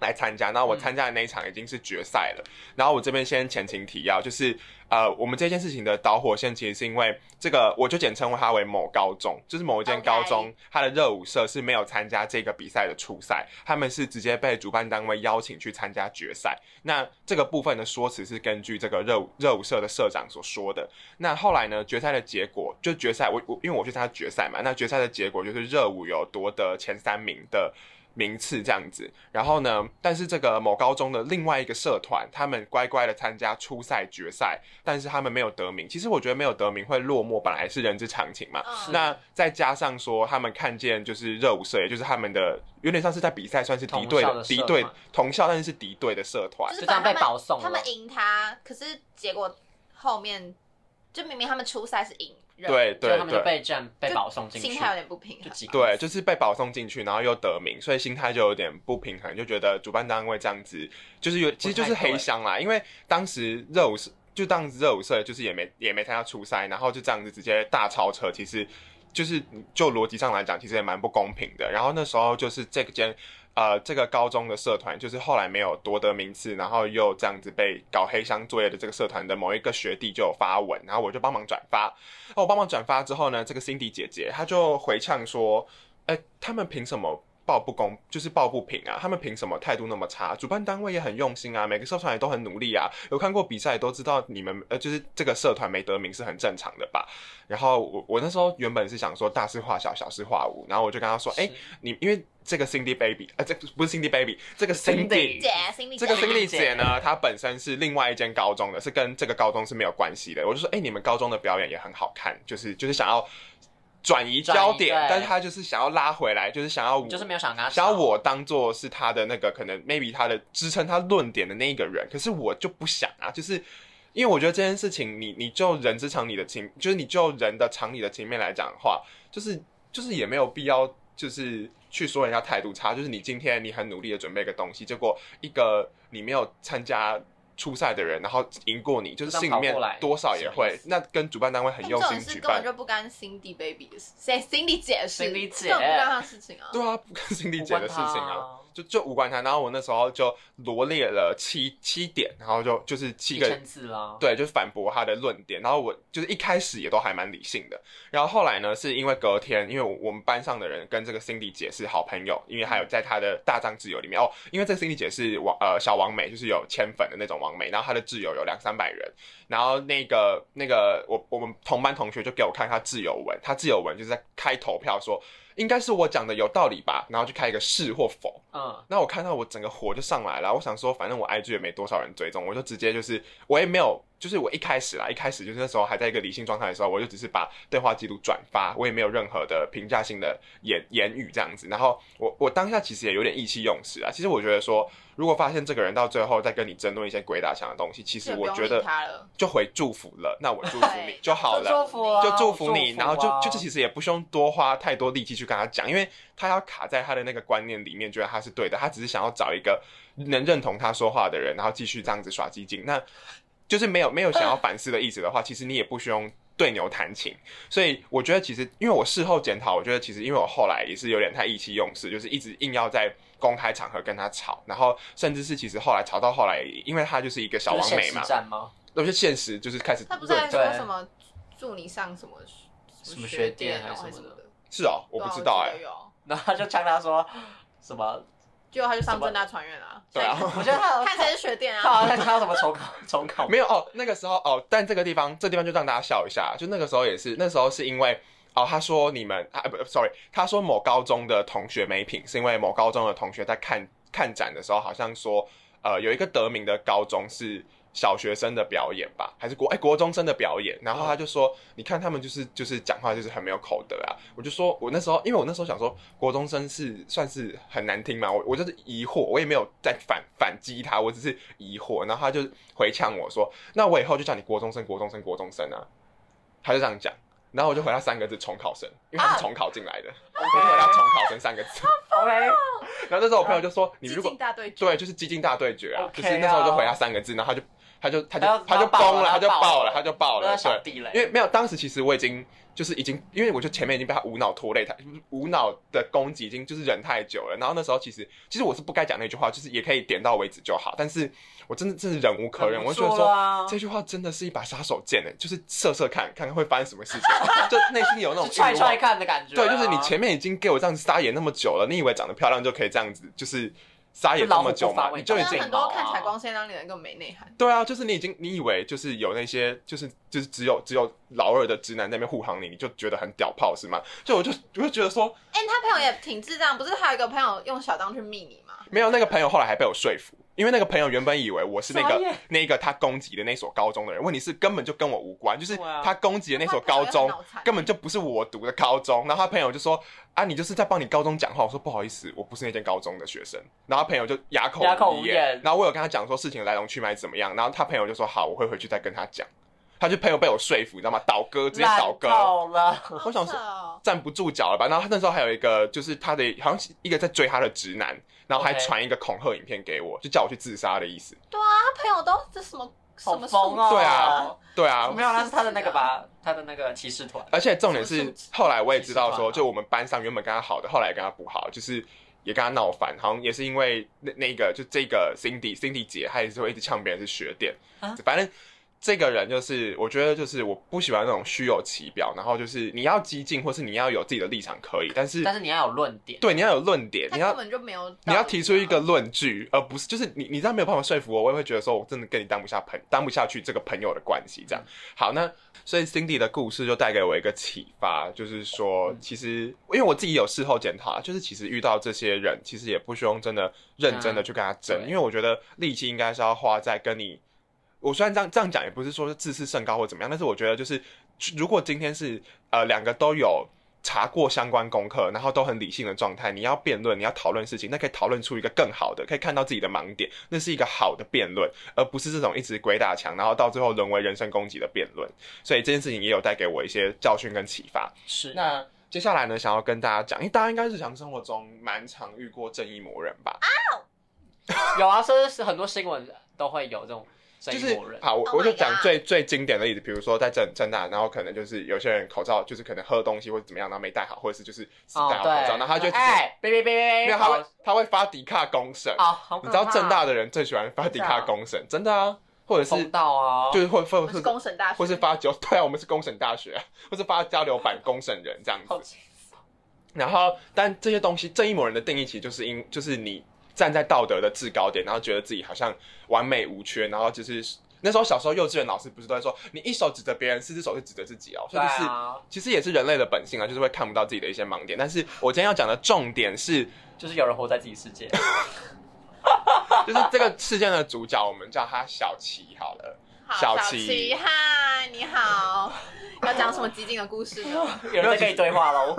[SPEAKER 2] 来参加。那我参加的那一场已经是决赛了。然后我这边先前情提要，就是呃，我们这件事情的导火线其实是因为这个，我就简称它为某高中，就是某一间
[SPEAKER 3] OK
[SPEAKER 2] 高中它的热舞社是没有参加这个比赛的初赛，他们是直接被主办单位邀请去参加决赛。那这个部分的说辞是根据这个热舞热舞社的社长所说的。那后来呢，决赛的结果就决赛，我我因为我去参加决赛嘛，那决赛的结果就是热舞有夺得前三名的名次这样子。然后呢，但是这个某高中的另外一个社团，他们乖乖的参加初赛、决赛，但是他们没有得名。其实我觉得没有得名会落寞，本来是人之常情嘛。
[SPEAKER 3] 嗯
[SPEAKER 2] 那再加上说，他们看见就是热舞社，也就是他们的有点像是在比赛，算是敌
[SPEAKER 1] 同
[SPEAKER 2] 对
[SPEAKER 1] 校的社
[SPEAKER 2] 敌
[SPEAKER 1] 团
[SPEAKER 2] 对同校，但是是敌对的社团
[SPEAKER 3] 就。是
[SPEAKER 1] 就这样被保送了
[SPEAKER 3] 他们赢他，可是结果后面就明明他们初赛是赢人，
[SPEAKER 2] 对
[SPEAKER 1] 所
[SPEAKER 2] 对
[SPEAKER 1] 以他们就
[SPEAKER 2] 对。
[SPEAKER 1] 被这样被保送进去，
[SPEAKER 3] 心态有点不平
[SPEAKER 1] 就
[SPEAKER 3] 衡。
[SPEAKER 1] 几个
[SPEAKER 2] 对，就是被保送进去，然后又得名，所以心态就有点不平衡，就觉得主办单位这样子，就是有其实就是黑箱啦，因为当时热舞社就当时热舞社就是也没也没参加初赛，然后就这样子直接大超车，其实就是就逻辑上来讲，其实也蛮不公平的。然后那时候就是这间。呃，这个高中的社团就是后来没有夺得名次，然后又这样子被搞黑箱作业的这个社团的某一个学弟就有发文，然后我就帮忙转发。那我帮忙转发之后呢，这个 Cindy 姐姐她就回呛说，哎、他们凭什么抱不公，就是抱不平啊？他们凭什么态度那么差？主办单位也很用心啊，每个社团也都很努力啊。有看过比赛都知道，你们呃，就是这个社团没得名是很正常的吧？然后我我那时候原本是想说大事化小，小事化无，然后我就跟他说，哎、你因为这个 Cindy Baby，呃，这个不是 Cindy Baby，这个
[SPEAKER 1] Cindy
[SPEAKER 2] Cindy
[SPEAKER 3] 姐，心里
[SPEAKER 2] 这个
[SPEAKER 3] 心
[SPEAKER 2] Cindy
[SPEAKER 3] 里
[SPEAKER 2] 姐呢，她本身是另外一间高中的，是跟这个高中是没有关系的。我就说，哎、你们高中的表演也很好看，就是就是想要转移焦点，
[SPEAKER 1] 转移对
[SPEAKER 2] 但是她就是想要拉回来，就是想要我
[SPEAKER 1] 就是没有想跟他
[SPEAKER 2] 想要
[SPEAKER 1] 吵
[SPEAKER 2] 我当做是她的那个可能 maybe 她的支撑她论点的那一个人，可是我就不想啊，就是。因为我觉得这件事情你，你就人之常理的情，就是你就人的常理的情面来讲的话，就是就是也没有必要，就是去说人家态度差。就是你今天你很努力的准备一个东西，结果一个你没有参加初赛的人，然后赢过你，就是心里面
[SPEAKER 1] 这样跑过来
[SPEAKER 2] 多少也
[SPEAKER 1] 什么
[SPEAKER 2] 会
[SPEAKER 1] 意，思
[SPEAKER 2] 那跟主办单位很
[SPEAKER 3] 哎
[SPEAKER 2] 用
[SPEAKER 3] 这
[SPEAKER 2] 心
[SPEAKER 3] 种
[SPEAKER 2] 举
[SPEAKER 3] 事根本
[SPEAKER 2] 办
[SPEAKER 3] 就。不干 Cindy Baby 的事，谁 Cindy 姐的事
[SPEAKER 1] Cindy 姐
[SPEAKER 3] 这种不干她的事情啊。
[SPEAKER 2] 对啊，不跟心理姐的事情啊，
[SPEAKER 1] 啊，
[SPEAKER 2] 就就无关他。然后我那时候就罗列了七七点，然后就就是七
[SPEAKER 1] 一
[SPEAKER 2] 个
[SPEAKER 1] 千字啦，
[SPEAKER 2] 对，就是反驳他的论点。然后我就是一开始也都还蛮理性的，然后后来呢，是因为隔天，因为我我们班上的人跟这个 Cindy 姐是好朋友，因为还有在她的大张挚友里面哦，因为这个 Cindy 姐是王呃小王美，就是有千粉的那种王美，然后她的挚友有两三百人，然后那个那个我我们同班同学就给我看她挚友文，她挚友文就是在开投票说。应该是我讲的有道理吧，然后就开一个是或否，
[SPEAKER 1] 嗯，
[SPEAKER 2] 那我看到我整个火就上来了，我想说反正我 IG 也没多少人追踪，我就直接就是我也没有，就是我一开始啦，一开始就是那时候还在一个理性状态的时候，我就只是把对话记录转发，我也没有任何的评价性的言言语这样子。然后我我当下其实也有点意气用事啊，其实我觉得说，如果发现这个人到最后在跟你争论一些鬼打墙的东西，其实
[SPEAKER 3] 就不
[SPEAKER 2] 我
[SPEAKER 3] 用
[SPEAKER 2] 觉
[SPEAKER 3] 理
[SPEAKER 2] 得
[SPEAKER 3] 她了
[SPEAKER 2] 就回祝福了，那我祝福你
[SPEAKER 3] 对
[SPEAKER 2] 就好了。
[SPEAKER 1] 祝福啊，
[SPEAKER 2] 就祝福你，
[SPEAKER 1] 啊
[SPEAKER 2] 然后就就是其实也不用多花太多力气去跟他讲，因为他要卡在他的那个观念里面，觉得他是对的，他只是想要找一个能认同他说话的人，然后继续这样子耍激进。那就是没有没有想要反思的意思的话，其实你也不需要对牛弹琴。所以我觉得其实因为我事后检讨，我觉得其实因为我后来也是有点太意气用事，就是一直硬要在。公开场合跟他吵，然后甚至是其实后来吵到后来，因为他就是一啊个小
[SPEAKER 1] 就是
[SPEAKER 2] 王
[SPEAKER 1] 现
[SPEAKER 2] 美
[SPEAKER 1] 实
[SPEAKER 2] 嘛，
[SPEAKER 1] 战吗？
[SPEAKER 2] 那就现实就是开始
[SPEAKER 3] 她不是还
[SPEAKER 2] 论
[SPEAKER 3] 说
[SPEAKER 1] 对
[SPEAKER 3] 什么祝你上什么什
[SPEAKER 1] 什么
[SPEAKER 3] 学啊
[SPEAKER 1] 学店
[SPEAKER 3] 还
[SPEAKER 1] 还是
[SPEAKER 3] 什
[SPEAKER 1] 什么
[SPEAKER 3] 的？
[SPEAKER 2] 是哦，我
[SPEAKER 3] 对啊
[SPEAKER 2] 不知道哎、
[SPEAKER 3] 记得有
[SPEAKER 1] 然后他就呛他说什么？
[SPEAKER 3] 结果她就上
[SPEAKER 1] 什么
[SPEAKER 3] 正大传院了。
[SPEAKER 2] 对啊
[SPEAKER 1] 我觉得他
[SPEAKER 3] 看谁是学店
[SPEAKER 1] 他
[SPEAKER 3] 啊？
[SPEAKER 1] 好像在看到什么重考 (laughs) 重考，
[SPEAKER 2] 没有哦，那个时候哦，但这个地方，这地方就让大家笑一下。就那个时候也是，那时候是因为哦，他说你们啊不，sorry，他说某高中的同学没品，是因为某高中的同学在看看展的时候，好像说呃有一个得名的高中是小学生的表演吧，还是国哎、国中生的表演，然后他就说、你看他们就是就是讲话就是很没有口德啊。我就说我那时候因为我那时候想说国中生是算是很难听嘛，我我就是疑惑，我也没有在反反击他，我只是疑惑，然后他就回呛我说，那我以后就叫你国中生国中生国中生啊，他就这样讲。然后我就回他三个字“重考生”，因为他是重考进来的，
[SPEAKER 1] 啊
[SPEAKER 2] 我就回他“重考生”三个字。
[SPEAKER 1] OK，
[SPEAKER 2] 然后那时候我朋友就说：“你
[SPEAKER 3] 激
[SPEAKER 2] 如果
[SPEAKER 3] 进大对决，
[SPEAKER 2] 对，就是激进大对决啊
[SPEAKER 1] OK
[SPEAKER 2] 就是那时候就回他三个字，然后他就他他就他就
[SPEAKER 1] 他要
[SPEAKER 2] 他就崩了，他
[SPEAKER 1] 他
[SPEAKER 2] 就
[SPEAKER 1] 要
[SPEAKER 2] 爆
[SPEAKER 1] 爆
[SPEAKER 2] 了，
[SPEAKER 1] 了
[SPEAKER 2] 他就爆
[SPEAKER 1] 他
[SPEAKER 2] 了，
[SPEAKER 1] 要小
[SPEAKER 2] 对，
[SPEAKER 1] 地雷
[SPEAKER 2] 因为没有，当时其实我已经就是已经，因为我就前面已经被他无脑拖累，他就是无脑的攻击已经就是忍太久了。然后那时候其实其实我是不该讲那句话，就是也可以点到为止就好。但是我真的真的忍无可忍，
[SPEAKER 1] 忍不
[SPEAKER 2] 我就觉得
[SPEAKER 1] 住了啊
[SPEAKER 2] 说这句话真的是一把杀手锏呢，就是射射看看看会发生什么事情， (laughs) 就内心有那种
[SPEAKER 1] 就踹
[SPEAKER 2] 欲望
[SPEAKER 1] 踹看的感觉啊、
[SPEAKER 2] 对，就是你前面已经给我这样子撒野那么久了，你以为长得漂亮就可以这样子，就是撒野这么
[SPEAKER 1] 就
[SPEAKER 2] 久
[SPEAKER 1] 老虎不
[SPEAKER 2] 吗
[SPEAKER 1] 发？威
[SPEAKER 2] 你就已
[SPEAKER 1] 这
[SPEAKER 3] 但
[SPEAKER 2] 经
[SPEAKER 1] 样
[SPEAKER 3] 很多看
[SPEAKER 1] 哦
[SPEAKER 3] 起来光鲜亮丽的人根本没内涵。
[SPEAKER 2] 对啊，就是你已经你以为就是有那些就是就是只有只有老二的直男在那边护航你，你就觉得很屌炮是吗？就我就我就觉得说，
[SPEAKER 3] 哎、他朋友也挺智障，不是还有一个朋友用小当去密你吗？
[SPEAKER 2] 没有那个朋友后来还被我说服，因为那个朋友原本以为我是那
[SPEAKER 1] 傻
[SPEAKER 2] 个
[SPEAKER 1] 眼
[SPEAKER 2] 那个他攻击的那所高中的人，问题是根本就跟我无关，就是
[SPEAKER 1] 对啊
[SPEAKER 2] 他攻击的那所高
[SPEAKER 3] 他朋友
[SPEAKER 2] 中
[SPEAKER 3] 也很脑残
[SPEAKER 2] 根本就不是我读的高中。然后他朋友就说：“啊，你就是在帮你高中讲话。”我说：“不好意思，我不是那间高中的学生。”然后他朋友就哑口
[SPEAKER 1] 哑口无
[SPEAKER 2] 言
[SPEAKER 1] 言。
[SPEAKER 2] 然后我有跟他讲说事情的来龙去脉怎么样，然后他朋友就说：“好，我会回去再跟他讲。”他就朋友被我说服，你知道吗？倒戈直接倒戈。
[SPEAKER 1] 到了，
[SPEAKER 2] 我想
[SPEAKER 3] 好
[SPEAKER 2] 说
[SPEAKER 3] 扯哦
[SPEAKER 2] 站不住脚了吧？然后他那时候还有一个，就是他的好像是一个在追他的直男，然后还
[SPEAKER 1] OK
[SPEAKER 2] 传一个恐吓影片给我，就叫我去自杀的意思。
[SPEAKER 3] 对啊，他朋友都这什么 (laughs) 什
[SPEAKER 1] 好
[SPEAKER 3] 么素
[SPEAKER 1] 疯哦！
[SPEAKER 2] 对啊，对啊，
[SPEAKER 1] 没有，那是他的那个吧，他的那个骑士团，
[SPEAKER 2] 而且重点
[SPEAKER 3] 什么
[SPEAKER 2] 是
[SPEAKER 3] 素质
[SPEAKER 2] 后来我也知道
[SPEAKER 1] 什么
[SPEAKER 2] 说，
[SPEAKER 1] 素质啊
[SPEAKER 2] 就我们班上原本跟他好的，后来也跟他不好，就是也跟他闹翻，好像也是因为那那个就这个 Cindy Cindy 姐，她也是会一直呛别人是学点，
[SPEAKER 1] 啊
[SPEAKER 2] 反正。这个人就是，我觉得就是我不喜欢那种虚有其表，然后就是你要激进，或是你要有自己的立场可以，但是
[SPEAKER 1] 但是你要有论点，
[SPEAKER 2] 对你要有论点，
[SPEAKER 3] 他
[SPEAKER 2] 你要
[SPEAKER 3] 根本就没有道理啊。
[SPEAKER 2] 你要提出一个论据，而不是就是你你这样没有办法说服我，我也会觉得说我真的跟你当不下 (laughs) 朋当不下去这个朋友的关系这
[SPEAKER 3] 嗯
[SPEAKER 2] 样。好，那所以 Cindy 的故事就带给我一个启发，就是说
[SPEAKER 3] 嗯
[SPEAKER 2] 其实因为我自己有事后检讨，就是其实遇到这些人，其实也不需要真的认
[SPEAKER 3] 啊
[SPEAKER 2] 真的去跟他争，
[SPEAKER 1] 嗯对
[SPEAKER 2] 因为我觉得力气应该是要花在跟你。我虽然这样这样讲，也不是说是自视甚高或怎么样，但是我觉得就是，如果今天是呃两个都有查过相关功课，然后都很理性的状态，你要辩论，你要讨论事情，那可以讨论出一个更好的，可以看到自己的盲点，那是一个好的辩论，而不是这种一直鬼打墙，然后到最后沦为人身攻击的辩论。所以这件事情也有带给我一些教训跟启发。
[SPEAKER 1] 是
[SPEAKER 2] 那接下来呢，想要跟大家讲，因为大家应该日常生活中蛮常遇过正义魔人吧？
[SPEAKER 1] 有啊，甚至是很多新闻都会有这种正
[SPEAKER 2] 就
[SPEAKER 1] 义
[SPEAKER 2] 是啊
[SPEAKER 1] 魔人，
[SPEAKER 2] 好，我
[SPEAKER 3] Oh my
[SPEAKER 2] 我就讲
[SPEAKER 3] God
[SPEAKER 2] 最最经典的例子，比如说在正正大，然后可能就是有些人口罩就是可能喝东西或者怎么样，然后没戴好，或者是就是只
[SPEAKER 1] 哦
[SPEAKER 2] 戴好口
[SPEAKER 1] 对，
[SPEAKER 2] 罩，然后他就直接
[SPEAKER 1] 哎，别别别别，
[SPEAKER 2] 没有，他会他会发迪卡公审，
[SPEAKER 1] 啊，好可怕，
[SPEAKER 2] 你知道正大的人最喜欢发迪卡公审，真的啊，或者是
[SPEAKER 1] 疯到啊，
[SPEAKER 2] 就是会
[SPEAKER 3] 我
[SPEAKER 2] 会
[SPEAKER 3] 们
[SPEAKER 2] 是
[SPEAKER 3] 是公审大学，
[SPEAKER 2] 或是发九，对啊，我们是公审大学啊，或是发交流版公审人这样
[SPEAKER 1] 好
[SPEAKER 2] 子。然后，但这些东西正义魔人的定义其实就是因就是你站在道德的制高点，然后觉得自己好像完美无缺，然后就是那时候小时候幼稚园老师不是都会说，你一手指着别人，四只手是指着自己哦，所
[SPEAKER 1] 对
[SPEAKER 2] 以就是。
[SPEAKER 1] 啊，
[SPEAKER 2] 其实也是人类的本性啊，就是会看不到自己的一些盲点。但是我今天要讲的重点是，
[SPEAKER 1] 就是有人活在自己世
[SPEAKER 2] (laughs)
[SPEAKER 1] 界，
[SPEAKER 2] 就是这个事件的主角，我们叫他小齐好了。
[SPEAKER 3] 好
[SPEAKER 2] 小
[SPEAKER 3] 小
[SPEAKER 2] 齐
[SPEAKER 3] 齐，嗨，你好，要讲什么激进的故事呢？
[SPEAKER 1] 有人在跟你对话喽，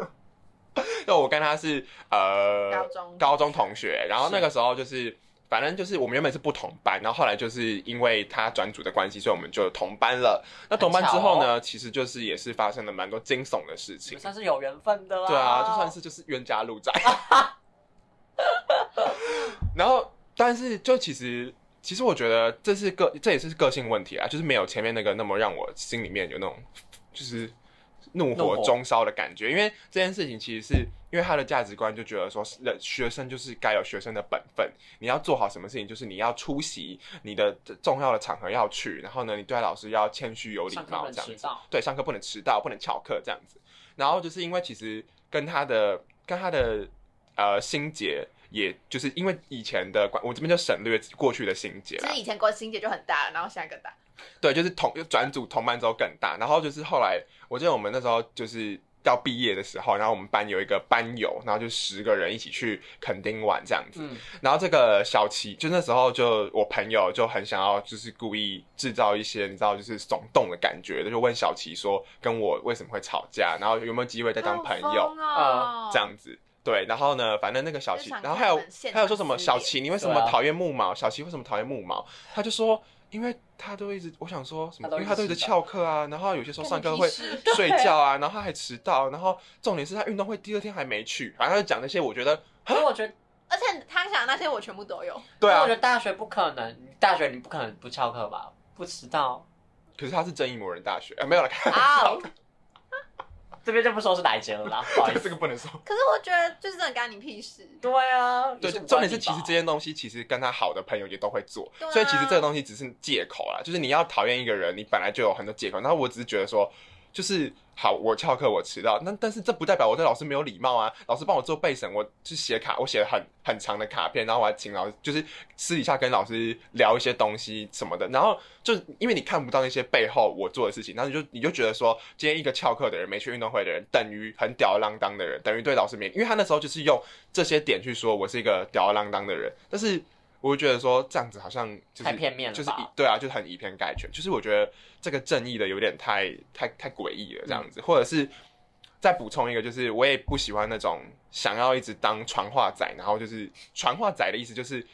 [SPEAKER 2] 那我跟他是呃
[SPEAKER 3] 高中
[SPEAKER 2] 高中同学，然后那个时候就是反正就是我们原本是不同班，然后后来就是因为他转组的关系，所以我们就同班了。那同班之后
[SPEAKER 1] 很巧
[SPEAKER 2] 呢，其实就是也是发生了蛮多惊悚的事
[SPEAKER 1] 你
[SPEAKER 2] 情
[SPEAKER 1] 们。算是有缘分的啦，
[SPEAKER 2] 对啊，就算是就是冤家路
[SPEAKER 1] (laughs)
[SPEAKER 2] 窄。然后，但是就其实，其实我觉得这是个，这也是个性问题啊，就是没有前面那个那么让我心里面有那种就是怒
[SPEAKER 1] 怒
[SPEAKER 2] 火
[SPEAKER 1] 火
[SPEAKER 2] 中烧的感觉，因为这件事情其实是因为他的价值观就觉得说，人学生就是该有学生的本分，你要做好什么事情，就是你要出席你的重要的场合要去，然后呢，你对老师要谦虚有礼
[SPEAKER 1] 上课
[SPEAKER 2] 貌
[SPEAKER 1] 能
[SPEAKER 2] 这样
[SPEAKER 1] 迟
[SPEAKER 2] 子。
[SPEAKER 1] 到，
[SPEAKER 2] 对，上课不能迟到，不能翘课这样子。然后就是因为其实跟他的跟他的呃心结，也就是因为以前的关，我这边就省略过去的心结
[SPEAKER 3] 其
[SPEAKER 2] 啦
[SPEAKER 3] 实。以前关心姐就很大了，然后现在更大。
[SPEAKER 2] 对，就是同转组同班之后更大，然后就是后来我记得我们那时候就是。要毕业的时候，然后我们班有一个班友，然后就十个人一起去垦丁玩这样子。
[SPEAKER 1] 嗯，
[SPEAKER 2] 然后这个小齐，就那时候就我朋友就很想要，就是故意制造一些你知道就是耸动的感觉，就问小齐说跟我为什么会吵架，然后有没有机会再当朋
[SPEAKER 3] 好
[SPEAKER 2] 友啊
[SPEAKER 3] 疯哦
[SPEAKER 2] 这样子。对，然后呢，反正那个小齐
[SPEAKER 3] 就，想
[SPEAKER 2] 然后还有
[SPEAKER 3] 跟他们现
[SPEAKER 2] 还有说
[SPEAKER 3] 场
[SPEAKER 2] 什么
[SPEAKER 3] 撕
[SPEAKER 2] 小
[SPEAKER 3] 裂
[SPEAKER 2] 齐，你为什么
[SPEAKER 1] 对啊
[SPEAKER 2] 讨厌木毛？小齐为什么讨厌木毛？他就说，因为他都一直，我想说什么，
[SPEAKER 1] 他都一
[SPEAKER 2] 因为
[SPEAKER 1] 直
[SPEAKER 2] 他都一直
[SPEAKER 1] 迟到
[SPEAKER 2] 翘课啊，然后有些时候上课
[SPEAKER 3] 干
[SPEAKER 2] 会
[SPEAKER 3] 你屁事
[SPEAKER 2] 睡觉啊，然后他还迟到，然后重点是他运动会第二天还没去，反正他就讲那些，我觉得
[SPEAKER 1] 可是我觉得，
[SPEAKER 3] 而且他想的那些我全部都有，
[SPEAKER 2] 对
[SPEAKER 1] 可是
[SPEAKER 2] 啊
[SPEAKER 1] 我觉，得大学不可能，大学你不可能不翘课吧？不知道，
[SPEAKER 2] 可是他是正义魔人大学，啊、没有了，开玩
[SPEAKER 3] 啊
[SPEAKER 2] 笑，
[SPEAKER 1] (laughs) 这边就不说是哪一间了
[SPEAKER 2] (laughs)
[SPEAKER 1] 啦，不好意
[SPEAKER 2] 这个
[SPEAKER 1] 思。
[SPEAKER 2] 不能说。
[SPEAKER 3] 可是我觉得就是真的干你屁事。
[SPEAKER 1] 对啊，也
[SPEAKER 2] 对，就
[SPEAKER 1] 无
[SPEAKER 2] 重
[SPEAKER 1] 关
[SPEAKER 2] 点是
[SPEAKER 1] 你
[SPEAKER 2] 其实
[SPEAKER 1] 吧
[SPEAKER 2] 这些东西其实跟他好的朋友也都会做，
[SPEAKER 3] 对啊
[SPEAKER 2] 所以其实这个东西只是借口啦。就是你要讨厌一个人，你本来就有很多借口。然后我只是觉得说，就是好，我翘课我迟到，那但是这不代表我对老师没有礼貌啊。老师帮我做备审，我去写卡，我写了很很长的卡片，然后我还请老师就是私底下跟老师聊一些东西什么的。然后就因为你看不到那些背后我做的事情，然后你就你就觉得说，今天一个翘课的人，没去运动会的人，等于很吊儿郎当的人，等于对老师没，因为他那时候就是用这些点去说我是一个吊儿郎当的人，但是我就觉得说这样子好像就是
[SPEAKER 1] 太片面了吧
[SPEAKER 2] 就是以对啊，就是很以偏概全，就是我觉得这个正义的有点太太太诡异了这样
[SPEAKER 1] 嗯
[SPEAKER 2] 子，或者是再补充一个，就是我也不喜欢那种想要一直当传话仔，然后就是传话仔的意思就是。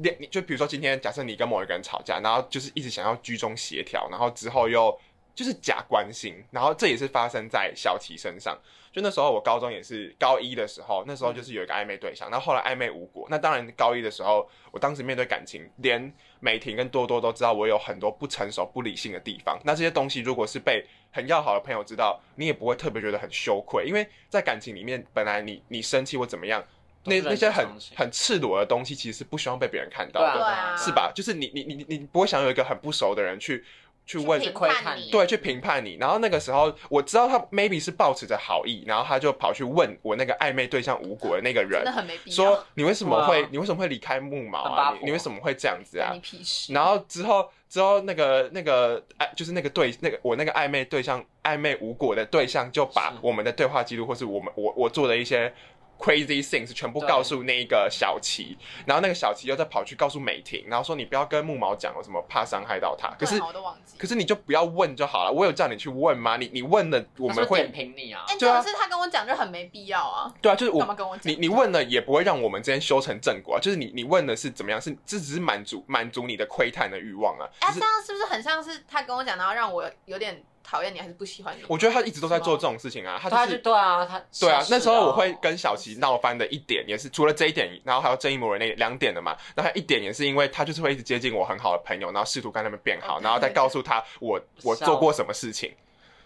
[SPEAKER 2] 你你就比如说今天，假设你跟某一个人吵架，然后就是一直想要居中协调，然后之后又就是假关心，然后这也是发生在小琪身上。就那时候我高中也是高一的时候，那时
[SPEAKER 1] 嗯
[SPEAKER 2] 候就是有一个暧昧对象，那后来暧昧无果。那当然高一的时候，我当时面对感情，连美婷跟多多都知道我有很多不成熟、不理性的地方。那这些东西如果是被很要好的朋友知道，你也不会特别觉得很羞愧，因为在感情里面，本来你你生气或怎么样，
[SPEAKER 1] 都
[SPEAKER 2] 那
[SPEAKER 1] 是
[SPEAKER 2] 那些
[SPEAKER 1] 人之
[SPEAKER 2] 很
[SPEAKER 1] 常情
[SPEAKER 2] 很赤裸的东西，其实是不希望被别人看到
[SPEAKER 1] 对啊
[SPEAKER 2] 的。
[SPEAKER 3] 对啊
[SPEAKER 2] 是吧？就是你你你你你不会想有一个很不熟的人去去问，
[SPEAKER 1] 去
[SPEAKER 3] 评
[SPEAKER 1] 窥
[SPEAKER 3] 判
[SPEAKER 1] 探
[SPEAKER 3] 你，
[SPEAKER 2] 对，去评判你。然后那个时候我知道他 maybe 是抱持着好意，然后他就跑去问我那个暧昧对象无果的那个
[SPEAKER 3] 真
[SPEAKER 2] 人
[SPEAKER 3] 的，很没必要，
[SPEAKER 2] 说你为什么会、
[SPEAKER 1] 对啊
[SPEAKER 2] 你为什么会离开木毛
[SPEAKER 1] 很八
[SPEAKER 2] 啊？
[SPEAKER 1] 婆
[SPEAKER 2] 你你为什么会这样子啊
[SPEAKER 3] 干你？屁事。
[SPEAKER 2] 然后之后之后那个那个哎，就是那个对那个我那个暧昧对象暧昧无果的对象，就把
[SPEAKER 1] 是
[SPEAKER 2] 我们的对话记录或是我们我我做的一些 crazy things 全部
[SPEAKER 1] 对
[SPEAKER 2] 告诉那一个小琪，然后那个小琪又再跑去告诉美婷，然后说你不要跟木毛讲，我什么怕伤害到他。可是
[SPEAKER 3] 对我啊都忘记。
[SPEAKER 2] 可是你就不要问就好了，我有叫你去问吗？你你问了我
[SPEAKER 1] 他是
[SPEAKER 2] 们
[SPEAKER 1] 不是
[SPEAKER 2] 会
[SPEAKER 1] 点评你啊，
[SPEAKER 3] 哎，
[SPEAKER 2] 对啊
[SPEAKER 3] 但是他跟我讲就很没必要啊，
[SPEAKER 2] 对啊，就是
[SPEAKER 3] 干嘛
[SPEAKER 2] 我。
[SPEAKER 3] 跟我讲？
[SPEAKER 2] 你你问了也不会让我们之间修成正果啊，就是你你问的是怎么样，是这只是满足满足你的窥探的欲望啊，
[SPEAKER 3] 哎，这
[SPEAKER 2] 就是
[SPEAKER 3] 样是不是很像是他跟我讲，然后让我有点讨厌你，还是不喜欢你？
[SPEAKER 2] 我觉得他一直都在做这种事情啊，他
[SPEAKER 1] 他
[SPEAKER 2] 就。
[SPEAKER 1] 就是对啊，他
[SPEAKER 2] 对啊
[SPEAKER 1] 是，
[SPEAKER 2] 那时候我会
[SPEAKER 1] 哦
[SPEAKER 2] 跟小琪闹翻的一点也是，除了这一点，然后还有正义魔人那两点的嘛，然后还有一点也是因为他就是会一直接近我很好的朋友，然后试图跟他们变好，
[SPEAKER 3] 哦
[SPEAKER 2] 然后再告诉他我我
[SPEAKER 1] 笑
[SPEAKER 2] 做过什么事情。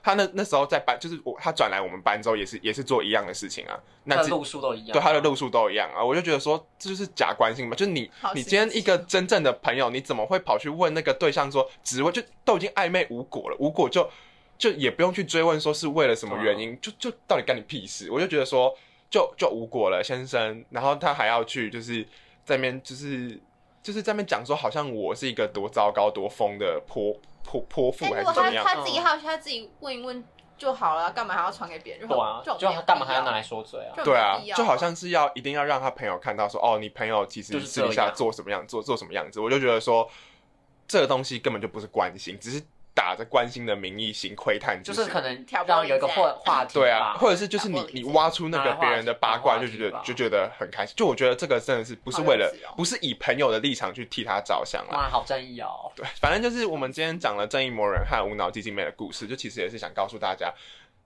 [SPEAKER 2] 他那那时候在班，就是我他转来我们班之后也是也是做一样的事情啊，那
[SPEAKER 1] 他的
[SPEAKER 2] 这
[SPEAKER 1] 路数都一样，
[SPEAKER 2] 对他的路数都一样啊，我就觉得说这就是假关心嘛，就是你
[SPEAKER 3] 好
[SPEAKER 2] 你
[SPEAKER 3] 心
[SPEAKER 2] 今天
[SPEAKER 3] 机
[SPEAKER 2] 一个真正的朋友，你怎么会跑去问那个对象说只问就都已经暧昧无果了，无果就就也不用去追问说是为了什么原
[SPEAKER 3] 嗯
[SPEAKER 2] 因，就就到底干你屁事？我就觉得说就就无果了，先生，然后他还要去就是在那边就是就是在那边讲说好像我是一个多糟糕多疯的泼泼泼妇
[SPEAKER 3] 哎，如
[SPEAKER 2] 还是
[SPEAKER 3] 果
[SPEAKER 2] 怎
[SPEAKER 3] 他
[SPEAKER 2] 么样？
[SPEAKER 3] 他自
[SPEAKER 1] 嗯
[SPEAKER 3] 己好奇，他自己问一问就好了，干嘛还要传给别人？
[SPEAKER 1] 对啊，
[SPEAKER 3] 就
[SPEAKER 1] 就
[SPEAKER 3] 很没有必要
[SPEAKER 1] 干嘛还要拿来说嘴
[SPEAKER 3] (laughs)
[SPEAKER 1] 啊？
[SPEAKER 3] 就
[SPEAKER 2] 对啊
[SPEAKER 3] 没必，要
[SPEAKER 2] 就好像是要一定要让他朋友看到说，哦，你朋友其实
[SPEAKER 1] 就是
[SPEAKER 2] 私
[SPEAKER 1] 这样
[SPEAKER 2] 底下做什么样，做做什么样子，我就觉得说，这个东西根本就不是关心，只是打着关心的名义行窥探
[SPEAKER 1] 就
[SPEAKER 2] 之
[SPEAKER 1] 是
[SPEAKER 2] 实
[SPEAKER 1] 可能
[SPEAKER 3] 挑拨
[SPEAKER 1] 让有一个
[SPEAKER 3] 离
[SPEAKER 1] 话
[SPEAKER 3] 间
[SPEAKER 1] 话题
[SPEAKER 2] 对
[SPEAKER 1] 吧
[SPEAKER 2] 啊，或者是就是
[SPEAKER 3] 打
[SPEAKER 2] 你
[SPEAKER 3] 破理
[SPEAKER 2] 你
[SPEAKER 3] 解
[SPEAKER 2] 挖出那个
[SPEAKER 1] 拿来
[SPEAKER 2] 别人的八卦，
[SPEAKER 1] 话
[SPEAKER 2] 就
[SPEAKER 1] 题
[SPEAKER 2] 觉得
[SPEAKER 1] 拿来话题
[SPEAKER 2] 就觉得很开心。就我觉得这个真的是不是为
[SPEAKER 3] 好
[SPEAKER 2] 了
[SPEAKER 3] 幼稚哦
[SPEAKER 2] 不是以朋友的立场去替他着想啦。
[SPEAKER 1] 哇，好正义哦！
[SPEAKER 2] 对，反正就是我们今天讲了正义魔人和无脑基金妹的故事，就其实也是想告诉大家，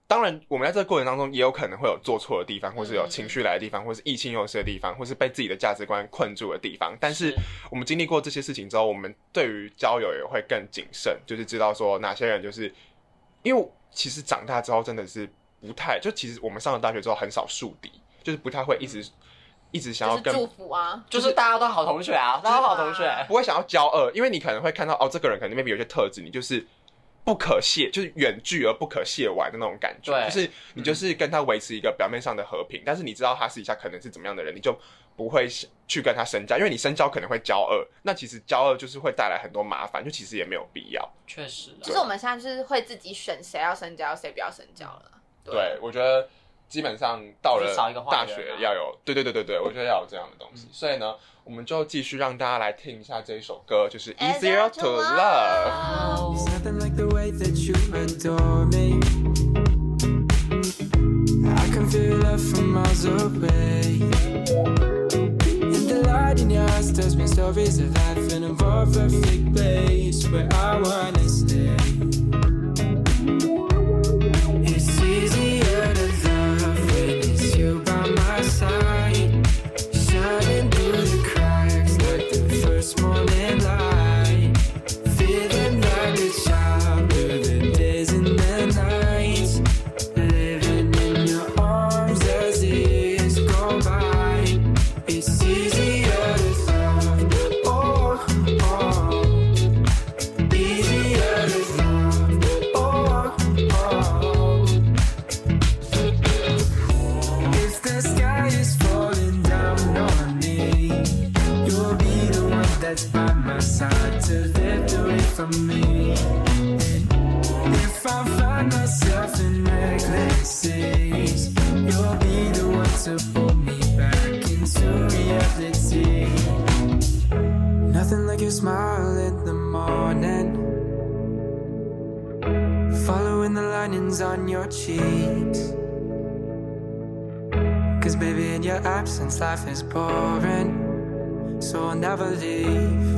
[SPEAKER 2] 当然我们在这个过程当中也有可能会有做错的地方，或
[SPEAKER 3] 嗯
[SPEAKER 2] 是有情绪来的地方，或是意气用事的地方，或是被自己的价值观困住的地方。但是我们经历过这些事情之后，我们对于交友也会更谨慎，就是知道说哪些人就是，因为其实长大之后真的是不太，就其实我们上了大学之后很少树敌，就是不太会一直、一直想要
[SPEAKER 3] 嗯就是
[SPEAKER 2] 跟
[SPEAKER 3] 祝福啊，
[SPEAKER 1] 就是大家都好同学啊，大家都好同学，
[SPEAKER 2] 不会想要骄傲，因为你可能会看到哦，这个人可能 maybe 有些特质，你就是不可亵，就是远距而不可亵玩的那种感觉，
[SPEAKER 1] 对
[SPEAKER 2] 就是你就是跟他维持一个表面上的和平，但是你知道他私底下可能是怎么样的人，你就不会去跟他深交，因为你深交可能会骄傲，那其实骄傲就是会带来很多麻烦，就其实也没有必要。
[SPEAKER 1] 确实啊。
[SPEAKER 3] 其实我们现在就是会自己选谁要深交，谁不要深交了。
[SPEAKER 2] 对，我觉得基本上到
[SPEAKER 1] 就
[SPEAKER 2] 了
[SPEAKER 1] 是少一个话
[SPEAKER 2] 大
[SPEAKER 1] 语
[SPEAKER 2] 学
[SPEAKER 1] 了啦
[SPEAKER 2] 要有，对对对对对，我觉得要有这样的东西。所以呢，我们就继续让大家来听一下这一首歌，就是
[SPEAKER 3] As
[SPEAKER 2] Easier
[SPEAKER 3] I
[SPEAKER 2] to
[SPEAKER 3] Love
[SPEAKER 2] Love。
[SPEAKER 4] There's nothing like the way that you adore me. I can feel your love from miles away. And the light in your eyes tells me stories of life and of all perfect place where I wanna stay. It's easier to love when it's you by my side. Shining through the cracks like the first morning light. Feel the your cheeks. Cause baby, in your absence, life is boring. So I'll never leave.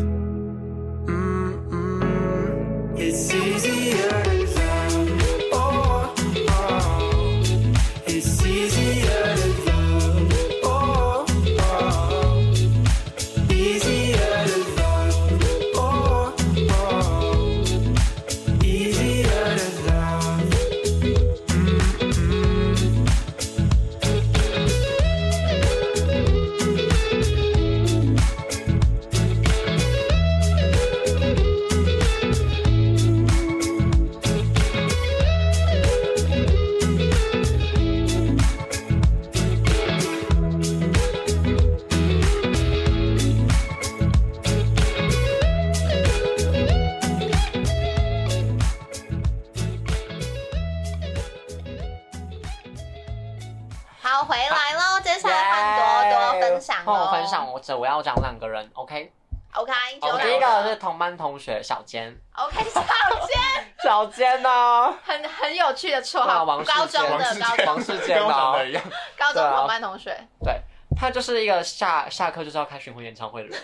[SPEAKER 4] Mm-mm. It's easier to love. Oh, oh. It's easier to love. Oh, oh. Easier to love. Oh, oh. Easier to love.
[SPEAKER 3] 好，回来喽，接下来换多多分享哦
[SPEAKER 1] 换
[SPEAKER 3] 喽。
[SPEAKER 1] 我分享，我只我要讲两个人，OK？
[SPEAKER 3] ，OK，
[SPEAKER 1] 我
[SPEAKER 3] 就
[SPEAKER 1] 第一个是同班同学小坚，
[SPEAKER 3] OK 小坚，
[SPEAKER 1] 小坚呢？
[SPEAKER 2] 啊
[SPEAKER 3] 很 (laughs) 很有趣的绰
[SPEAKER 1] 对啊
[SPEAKER 3] 号，
[SPEAKER 1] 王世
[SPEAKER 3] 高中
[SPEAKER 1] 坚
[SPEAKER 2] 王
[SPEAKER 3] 的
[SPEAKER 2] 世
[SPEAKER 3] 高
[SPEAKER 2] 坚，
[SPEAKER 3] 中
[SPEAKER 1] 王世坚
[SPEAKER 2] 跟我想
[SPEAKER 1] 啊
[SPEAKER 2] 的一样。
[SPEAKER 3] 高
[SPEAKER 1] 对
[SPEAKER 3] 中
[SPEAKER 1] 啊
[SPEAKER 3] 同班同学，
[SPEAKER 1] 对他就是一个下下课就是要开巡回演唱会的
[SPEAKER 2] (laughs)
[SPEAKER 1] 人，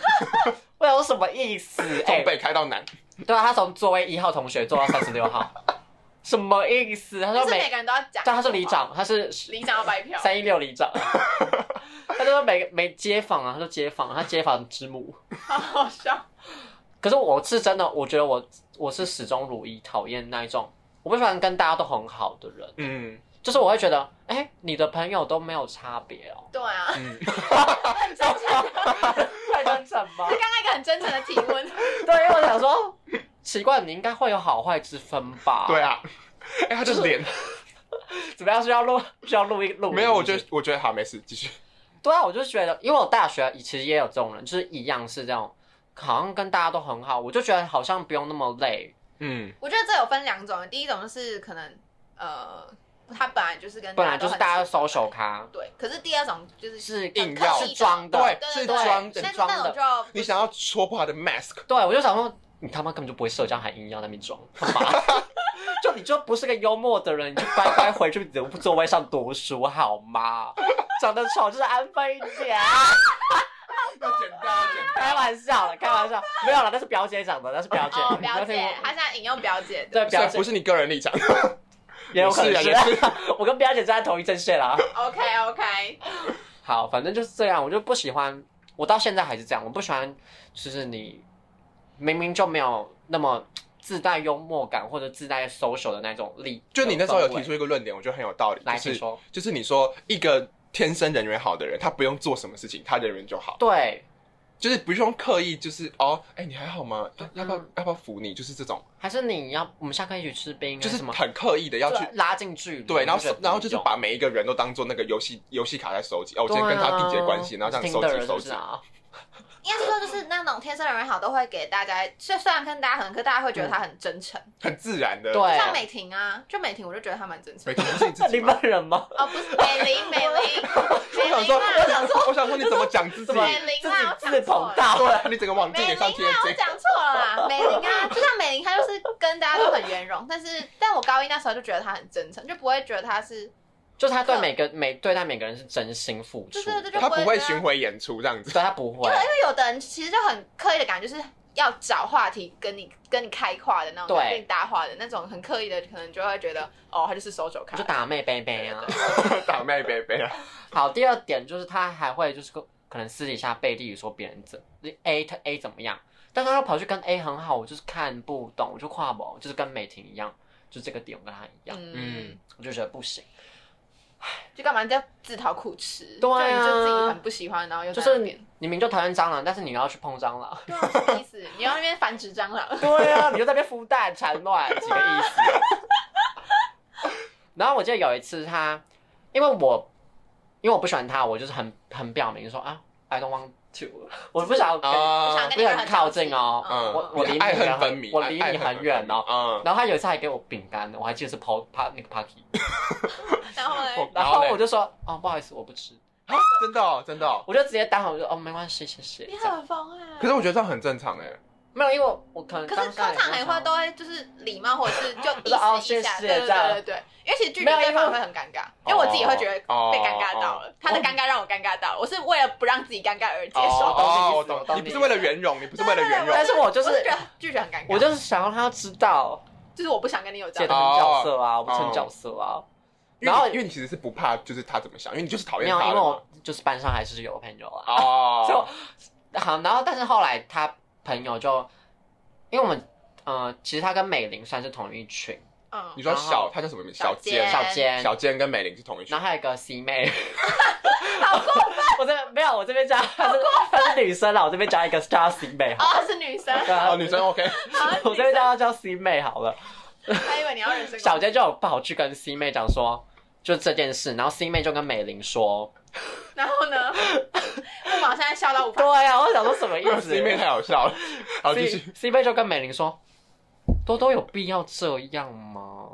[SPEAKER 1] 我有什么意思？哎、
[SPEAKER 2] 从北开到南，
[SPEAKER 1] 对啊，他从座位一号同学坐到三十六号，什么意思？他说
[SPEAKER 3] 就是每
[SPEAKER 1] 每，
[SPEAKER 3] 个人都要讲。
[SPEAKER 1] 但他是里，长，他是
[SPEAKER 3] 里长要白嫖。
[SPEAKER 1] 三一六里 (laughs) 长，他就说每每街坊啊，他说街坊，他街坊之母。
[SPEAKER 3] 好好笑。
[SPEAKER 1] 可是我是真的，我觉得我我是始终如一，讨厌那一种，我不喜欢跟大家都很好的人，
[SPEAKER 2] 嗯
[SPEAKER 1] 就是我会觉得，哎、你的朋友都没有差别 (laughs) 哦，
[SPEAKER 3] 对啊，
[SPEAKER 2] 嗯，
[SPEAKER 3] 很真诚，
[SPEAKER 1] 太真诚吗？
[SPEAKER 3] 刚刚一个很真诚的提
[SPEAKER 1] (laughs)
[SPEAKER 3] 问。
[SPEAKER 1] 对，因为我想说，奇怪，你应该会有好坏之分吧？
[SPEAKER 2] 对，啊。 (laughs) 哎，他就是脸 (laughs)
[SPEAKER 1] 怎么样？需要录需要录一录？
[SPEAKER 2] 没有，我觉
[SPEAKER 1] 是不
[SPEAKER 2] 得我觉得好，没事，继续。
[SPEAKER 1] 是对啊，我就觉得，因为我大学其实也有这种人，就是一样是这种，好像跟大家都很好，我就觉得好像不用那么累。
[SPEAKER 2] 嗯，
[SPEAKER 3] 我觉得这有分两种，第一种就是可能呃，他本来就是跟
[SPEAKER 1] 本来就是大家
[SPEAKER 3] 都很
[SPEAKER 1] social 咖，
[SPEAKER 3] 对，可是第二种就是
[SPEAKER 1] 是
[SPEAKER 2] 硬要
[SPEAKER 1] 是装的，
[SPEAKER 2] 对
[SPEAKER 3] 对
[SPEAKER 2] 是装
[SPEAKER 3] 对
[SPEAKER 2] 的
[SPEAKER 3] 对
[SPEAKER 1] 装
[SPEAKER 3] 那那
[SPEAKER 1] 的
[SPEAKER 3] 种就
[SPEAKER 2] 你想要戳破他的 mask，
[SPEAKER 1] 对我就想说，你他妈根本就不会社交，还硬要在那边装，他妈！就你就不是个幽默的人，你就乖乖回去你的座位上读书好吗？长得丑就是安分一点。啊
[SPEAKER 2] 要剪掉，要剪掉。
[SPEAKER 1] (laughs) 开玩笑的，开玩笑，没有了，那是表姐讲的，那是表姐，
[SPEAKER 3] 哦，
[SPEAKER 1] 你不要
[SPEAKER 3] 表
[SPEAKER 1] 听我
[SPEAKER 3] 姐，他现在引用表姐的。
[SPEAKER 1] 对表
[SPEAKER 2] 所
[SPEAKER 1] 姐
[SPEAKER 2] 以不是你个人 (laughs) 立场，
[SPEAKER 1] 也有可能
[SPEAKER 2] 也是
[SPEAKER 1] (laughs) 我跟表姐站在同一阵线啦。
[SPEAKER 3] OK OK，
[SPEAKER 1] 好，反正就是这样，我就不喜欢，我到现在还是这样，我不喜欢，就是你明明就没有那么自带幽默感或者自带 social 的那种力，
[SPEAKER 2] 就你那时候有
[SPEAKER 1] 氛围
[SPEAKER 2] 提出一个论点，我觉得很有道理，
[SPEAKER 1] 来
[SPEAKER 2] 就
[SPEAKER 1] 请
[SPEAKER 2] 是
[SPEAKER 1] 说，
[SPEAKER 2] 就是你说一个天生人缘好的人，他不用做什么事情，他人缘就好，
[SPEAKER 1] 对，
[SPEAKER 2] 就是不用刻意，就是哦，哎，你还好吗？要要不要要不要扶你？就是这种，
[SPEAKER 1] 还是你要我们下课一起吃冰啊，
[SPEAKER 2] 就是
[SPEAKER 1] 什么
[SPEAKER 2] 很刻意的要去
[SPEAKER 1] 就拉近距离，
[SPEAKER 2] 对，然
[SPEAKER 1] 我觉
[SPEAKER 2] 后
[SPEAKER 1] 得
[SPEAKER 2] 然后
[SPEAKER 1] 不
[SPEAKER 2] 就是
[SPEAKER 1] 用
[SPEAKER 2] 把每一个人都当做那个游戏游戏卡在收集，哦，我今
[SPEAKER 1] 对
[SPEAKER 2] 天
[SPEAKER 1] 啊
[SPEAKER 2] 跟他缔结关系，然后这样
[SPEAKER 1] 听
[SPEAKER 2] 收
[SPEAKER 1] 的人
[SPEAKER 2] 集
[SPEAKER 1] 就
[SPEAKER 2] 收
[SPEAKER 1] 是
[SPEAKER 2] 集，
[SPEAKER 1] 啊，
[SPEAKER 3] 应该是说就是那种天生人缘好，都会给大家，虽虽然跟大家很，可大家会觉得他很真诚。
[SPEAKER 2] 很自然的。
[SPEAKER 1] 对
[SPEAKER 3] 像美婷啊，就美婷，我就觉得她蛮真诚
[SPEAKER 2] 每
[SPEAKER 3] 的。
[SPEAKER 2] 个人是你自
[SPEAKER 1] (laughs)
[SPEAKER 2] 己
[SPEAKER 1] 你
[SPEAKER 2] 吗
[SPEAKER 1] 们？人吗？
[SPEAKER 3] 哦，不是美
[SPEAKER 1] (laughs)
[SPEAKER 3] 玲，美玲，
[SPEAKER 2] 我
[SPEAKER 3] 美
[SPEAKER 2] 想说，
[SPEAKER 3] 玲
[SPEAKER 2] 我
[SPEAKER 3] 啊，
[SPEAKER 2] 想说，我想说，你怎么讲自己？
[SPEAKER 1] 怎么
[SPEAKER 3] 美玲
[SPEAKER 1] (laughs) 自
[SPEAKER 3] 啊，我
[SPEAKER 1] 己
[SPEAKER 3] 讲
[SPEAKER 1] 自
[SPEAKER 3] 错
[SPEAKER 1] 捧
[SPEAKER 3] 了。
[SPEAKER 1] 大
[SPEAKER 2] 对啊，你整个往自己
[SPEAKER 3] 美
[SPEAKER 2] 脸
[SPEAKER 3] 玲
[SPEAKER 2] 上贴
[SPEAKER 3] 啊，我
[SPEAKER 2] 金。
[SPEAKER 3] 讲错了啦，美玲啊，就像美玲，她就是跟大家都很圆融，但是，但我高一那时候就觉得她很真诚，就不会觉得她是，
[SPEAKER 1] 就是他对每个每对待每个人是真心付出
[SPEAKER 3] 啊对
[SPEAKER 1] 的，
[SPEAKER 3] 对对，就
[SPEAKER 2] 他不
[SPEAKER 3] 不
[SPEAKER 2] 会
[SPEAKER 3] 觉得
[SPEAKER 2] 巡回演出这样子。
[SPEAKER 1] 对他不会
[SPEAKER 3] 因为因为有的人其实就很刻意的感觉，就是要找话题跟你跟你开话的那种，
[SPEAKER 1] 对
[SPEAKER 3] 跟你搭话的那种，很刻意的，可能就会觉得哦，他就是手肘开
[SPEAKER 1] 就。打妹杯杯
[SPEAKER 3] (laughs)
[SPEAKER 1] 啊。
[SPEAKER 2] 打妹贝贝
[SPEAKER 1] (laughs)
[SPEAKER 2] 啊，
[SPEAKER 1] 好，第二点就是他还会就是跟可能私底下背地里说别人怎 A 他 A 怎么样，但他又跑去跟 A 很好，我就是看不懂，我就跨不，就是跟美婷一样，就这个点我跟他一样，
[SPEAKER 3] 嗯，
[SPEAKER 1] 我就觉得不行。
[SPEAKER 3] 就干嘛这样自讨苦吃？
[SPEAKER 1] 对啊
[SPEAKER 3] 就你就自己很不喜欢，然后又
[SPEAKER 1] 就
[SPEAKER 3] 在
[SPEAKER 1] 是
[SPEAKER 3] 那
[SPEAKER 1] 你
[SPEAKER 3] 边
[SPEAKER 1] 你明就讨厌蟑螂，但是你要去碰蟑螂，
[SPEAKER 3] (laughs) 对啊，什么意思？你要那边繁殖蟑 (laughs) 螂？
[SPEAKER 1] 对啊， (laughs) 你就在那边孵蛋产卵，几个意思？啊 (laughs) 然后我记得有一次他，因为我因为我不喜欢他，我就是很很表明说啊，I don't want to，我呃不想要跟你
[SPEAKER 3] 我想
[SPEAKER 2] 啊
[SPEAKER 3] 跟，
[SPEAKER 1] 不是
[SPEAKER 3] 你
[SPEAKER 1] 很靠近
[SPEAKER 3] (laughs)
[SPEAKER 1] 哦
[SPEAKER 3] 嗯
[SPEAKER 1] 我我离
[SPEAKER 2] 你
[SPEAKER 1] 你
[SPEAKER 2] 爱恨
[SPEAKER 1] 很
[SPEAKER 2] 分明，
[SPEAKER 1] 我离
[SPEAKER 2] 爱
[SPEAKER 1] 你很远哦。
[SPEAKER 2] 嗯，
[SPEAKER 1] 然后他有一次还给我饼干，我还记得是抛帕那个 Party，
[SPEAKER 3] 然后呢？
[SPEAKER 1] 哎然
[SPEAKER 2] 然后
[SPEAKER 1] 后
[SPEAKER 2] 嘞
[SPEAKER 1] 我就说哦不好意思我不吃，
[SPEAKER 2] 啊真的哦，真的哦。
[SPEAKER 1] 我就直接当场我就哦没关系谢谢
[SPEAKER 3] 你
[SPEAKER 1] 这样。
[SPEAKER 3] 很疯哎！
[SPEAKER 2] 可是我觉得这样很正常哎，
[SPEAKER 1] 没有，因为我我可能
[SPEAKER 3] 可是
[SPEAKER 1] 当下也没有
[SPEAKER 3] 通常喊话
[SPEAKER 1] 想到
[SPEAKER 3] 都会就是礼貌，或者是就
[SPEAKER 1] 说 (laughs) 哦
[SPEAKER 3] 意思一下，
[SPEAKER 1] 谢谢
[SPEAKER 3] 对对
[SPEAKER 1] 这样
[SPEAKER 3] 对对对，因为其实拒
[SPEAKER 1] 没
[SPEAKER 3] 绝
[SPEAKER 1] 有因为
[SPEAKER 3] 对方会很尴尬，因为我自己会觉得
[SPEAKER 1] 哦
[SPEAKER 3] 被尴尬到了，他的尴尬让我尴尬到了，我是为了不让自己尴尬而接受。
[SPEAKER 2] 哦，
[SPEAKER 1] 我懂你意思
[SPEAKER 2] 我
[SPEAKER 1] 我懂
[SPEAKER 2] 懂，
[SPEAKER 1] 你
[SPEAKER 2] 你不是为了圆融，你不是为了圆融
[SPEAKER 1] 对对对，但是我就是是
[SPEAKER 3] 觉得拒绝很尴尬，
[SPEAKER 1] 我就是想让他知道，
[SPEAKER 3] 就是我不想跟你有
[SPEAKER 1] 这
[SPEAKER 3] 这
[SPEAKER 1] 也
[SPEAKER 3] 样
[SPEAKER 1] 都很
[SPEAKER 3] 的。
[SPEAKER 2] 哦
[SPEAKER 1] 角色啊，我不
[SPEAKER 2] 哦
[SPEAKER 1] 成角色啊。
[SPEAKER 2] 因为
[SPEAKER 1] 然后
[SPEAKER 2] 你因为你其实是不怕，就是他怎么想，因为你就是讨
[SPEAKER 1] 没
[SPEAKER 2] 厌
[SPEAKER 1] 有，
[SPEAKER 2] 他
[SPEAKER 1] 因
[SPEAKER 2] 了
[SPEAKER 1] 为
[SPEAKER 2] 嘛。
[SPEAKER 1] 我就是班上还是有朋友啊。
[SPEAKER 2] (laughs) 哦，
[SPEAKER 1] 就好，然后但是后来他朋友就，因为我们呃，其实他跟美玲算是同一群，
[SPEAKER 3] 嗯
[SPEAKER 2] 你，说
[SPEAKER 1] 然
[SPEAKER 2] 小
[SPEAKER 1] 后
[SPEAKER 2] 他叫什么名？
[SPEAKER 3] 小
[SPEAKER 2] 尖，
[SPEAKER 3] 尖
[SPEAKER 1] 小尖，
[SPEAKER 2] 小尖跟美玲是同一群
[SPEAKER 1] 然后还有一个 C
[SPEAKER 3] (laughs)
[SPEAKER 1] 妹， (laughs) 我这没有，我这边加，她是她是女生啦，我这边加一个叫她 C 妹好
[SPEAKER 3] 哦，，她是女生，
[SPEAKER 1] 对啊
[SPEAKER 2] 哦，女生
[SPEAKER 3] (laughs)
[SPEAKER 2] OK，
[SPEAKER 3] 啊
[SPEAKER 1] 我这边叫她叫 C 妹好了。
[SPEAKER 3] 还以为你要人身
[SPEAKER 1] 小杰就有跑去跟 C 妹讲说，就这件事，然后 C 妹就跟美玲说，
[SPEAKER 3] 然后呢，木马现在
[SPEAKER 1] (laughs)
[SPEAKER 3] 笑到无法
[SPEAKER 1] 对啊，我想说什么意思
[SPEAKER 2] (laughs) 是因为太好笑了。好，继
[SPEAKER 1] C
[SPEAKER 2] 续。
[SPEAKER 1] C 妹就跟美玲说，多多有必要这样吗？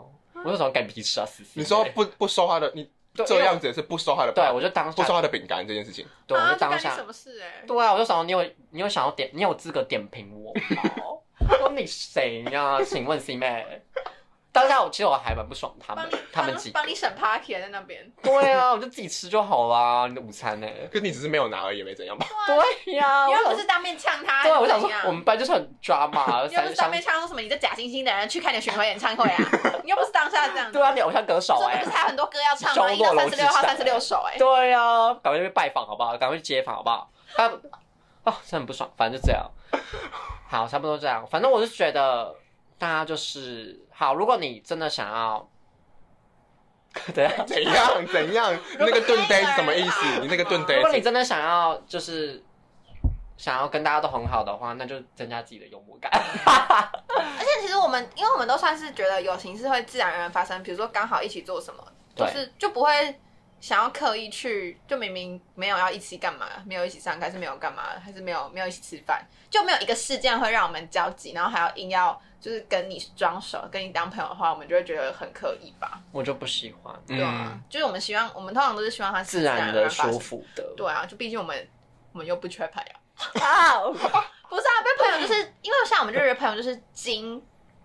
[SPEAKER 1] 我就想干屁事啊，C
[SPEAKER 2] 你说不不收他的，你
[SPEAKER 1] 对
[SPEAKER 2] 这样子也是不收他的，
[SPEAKER 1] 对，我就当
[SPEAKER 2] 不
[SPEAKER 1] 下
[SPEAKER 2] 收，他的饼干这件事情。
[SPEAKER 1] 对，我
[SPEAKER 3] 啊
[SPEAKER 1] 就
[SPEAKER 3] 这干
[SPEAKER 1] 当
[SPEAKER 3] 你
[SPEAKER 1] 下
[SPEAKER 3] 什，么事哎？
[SPEAKER 1] 对啊，我就想你有你有想要点，你有资格点评我吗？我说你谁呀？请问 C 妹，当下我其实我还蛮不爽他们
[SPEAKER 3] 帮你，
[SPEAKER 1] 他们
[SPEAKER 3] 帮
[SPEAKER 1] 几个
[SPEAKER 3] 帮你审 party 在那边，
[SPEAKER 1] 对啊，我就自己吃就好啦，你的午餐呢？
[SPEAKER 2] 可是你只是没有拿而已，也没怎样 (laughs) 吧？
[SPEAKER 1] 对呀，
[SPEAKER 3] 你
[SPEAKER 1] 啊我
[SPEAKER 3] 又
[SPEAKER 1] 想
[SPEAKER 3] 不是当面呛啊他，
[SPEAKER 1] 对，啊
[SPEAKER 3] 还是
[SPEAKER 1] 我想说
[SPEAKER 3] 怎样
[SPEAKER 1] 我们班就是很 drama，
[SPEAKER 3] 你又不
[SPEAKER 1] 三
[SPEAKER 3] 是当
[SPEAKER 1] 相
[SPEAKER 3] 面唱说什么你这假惺惺的人去看你的巡回演唱
[SPEAKER 1] (laughs)
[SPEAKER 3] 会啊？你又不是当下这样子。
[SPEAKER 1] 对啊，你偶像歌手
[SPEAKER 3] 说
[SPEAKER 1] 哎、
[SPEAKER 3] 你不是还有很多歌要唱
[SPEAKER 1] 周
[SPEAKER 3] 吗？一到
[SPEAKER 1] 洛
[SPEAKER 3] 三
[SPEAKER 1] 楼
[SPEAKER 3] 十
[SPEAKER 1] 之
[SPEAKER 3] 六号、
[SPEAKER 1] 下
[SPEAKER 3] 三十六首 (laughs) 哎。
[SPEAKER 1] 对啊，赶快去拜访好不好？赶快去街访好不好？他哦，真的很不爽，反正就这样。好，差不多这样。反正我是觉得大家就是好，如果你真的想要，对
[SPEAKER 2] (laughs)
[SPEAKER 1] 啊，
[SPEAKER 2] 怎样怎样？那个盾杯是什么意思？你那个盾
[SPEAKER 1] 如
[SPEAKER 2] 杯
[SPEAKER 1] 果你真的想要就是想要跟大家都很好的话，那就增加自己的幽默感。
[SPEAKER 3] 而且其实我们，因为我们都算是觉得友情是会自然而然发生，比如说刚好一起做什么，就
[SPEAKER 1] 对
[SPEAKER 3] 是就不会想要刻意去，就明明没有要一起干嘛，没有一起上课，还是没有干嘛，还是没有没有一起吃饭，就没有一个事件会让我们交集，然后还要硬要就是跟你装熟，跟你当朋友的话，我们就会觉得很刻意吧，
[SPEAKER 1] 我就不喜欢
[SPEAKER 3] 对啊，
[SPEAKER 2] 嗯，
[SPEAKER 3] 就是我们希望，我们通常都是希望它是
[SPEAKER 1] 自
[SPEAKER 3] 自然
[SPEAKER 1] 然
[SPEAKER 3] 而
[SPEAKER 1] 的、
[SPEAKER 3] 然发
[SPEAKER 1] 舒
[SPEAKER 3] 生
[SPEAKER 1] 服的。
[SPEAKER 3] 对啊，就毕竟我们我们又不缺朋友。
[SPEAKER 1] 啊，
[SPEAKER 3] 不是啊，被朋友就是因为像我们这个朋友就是精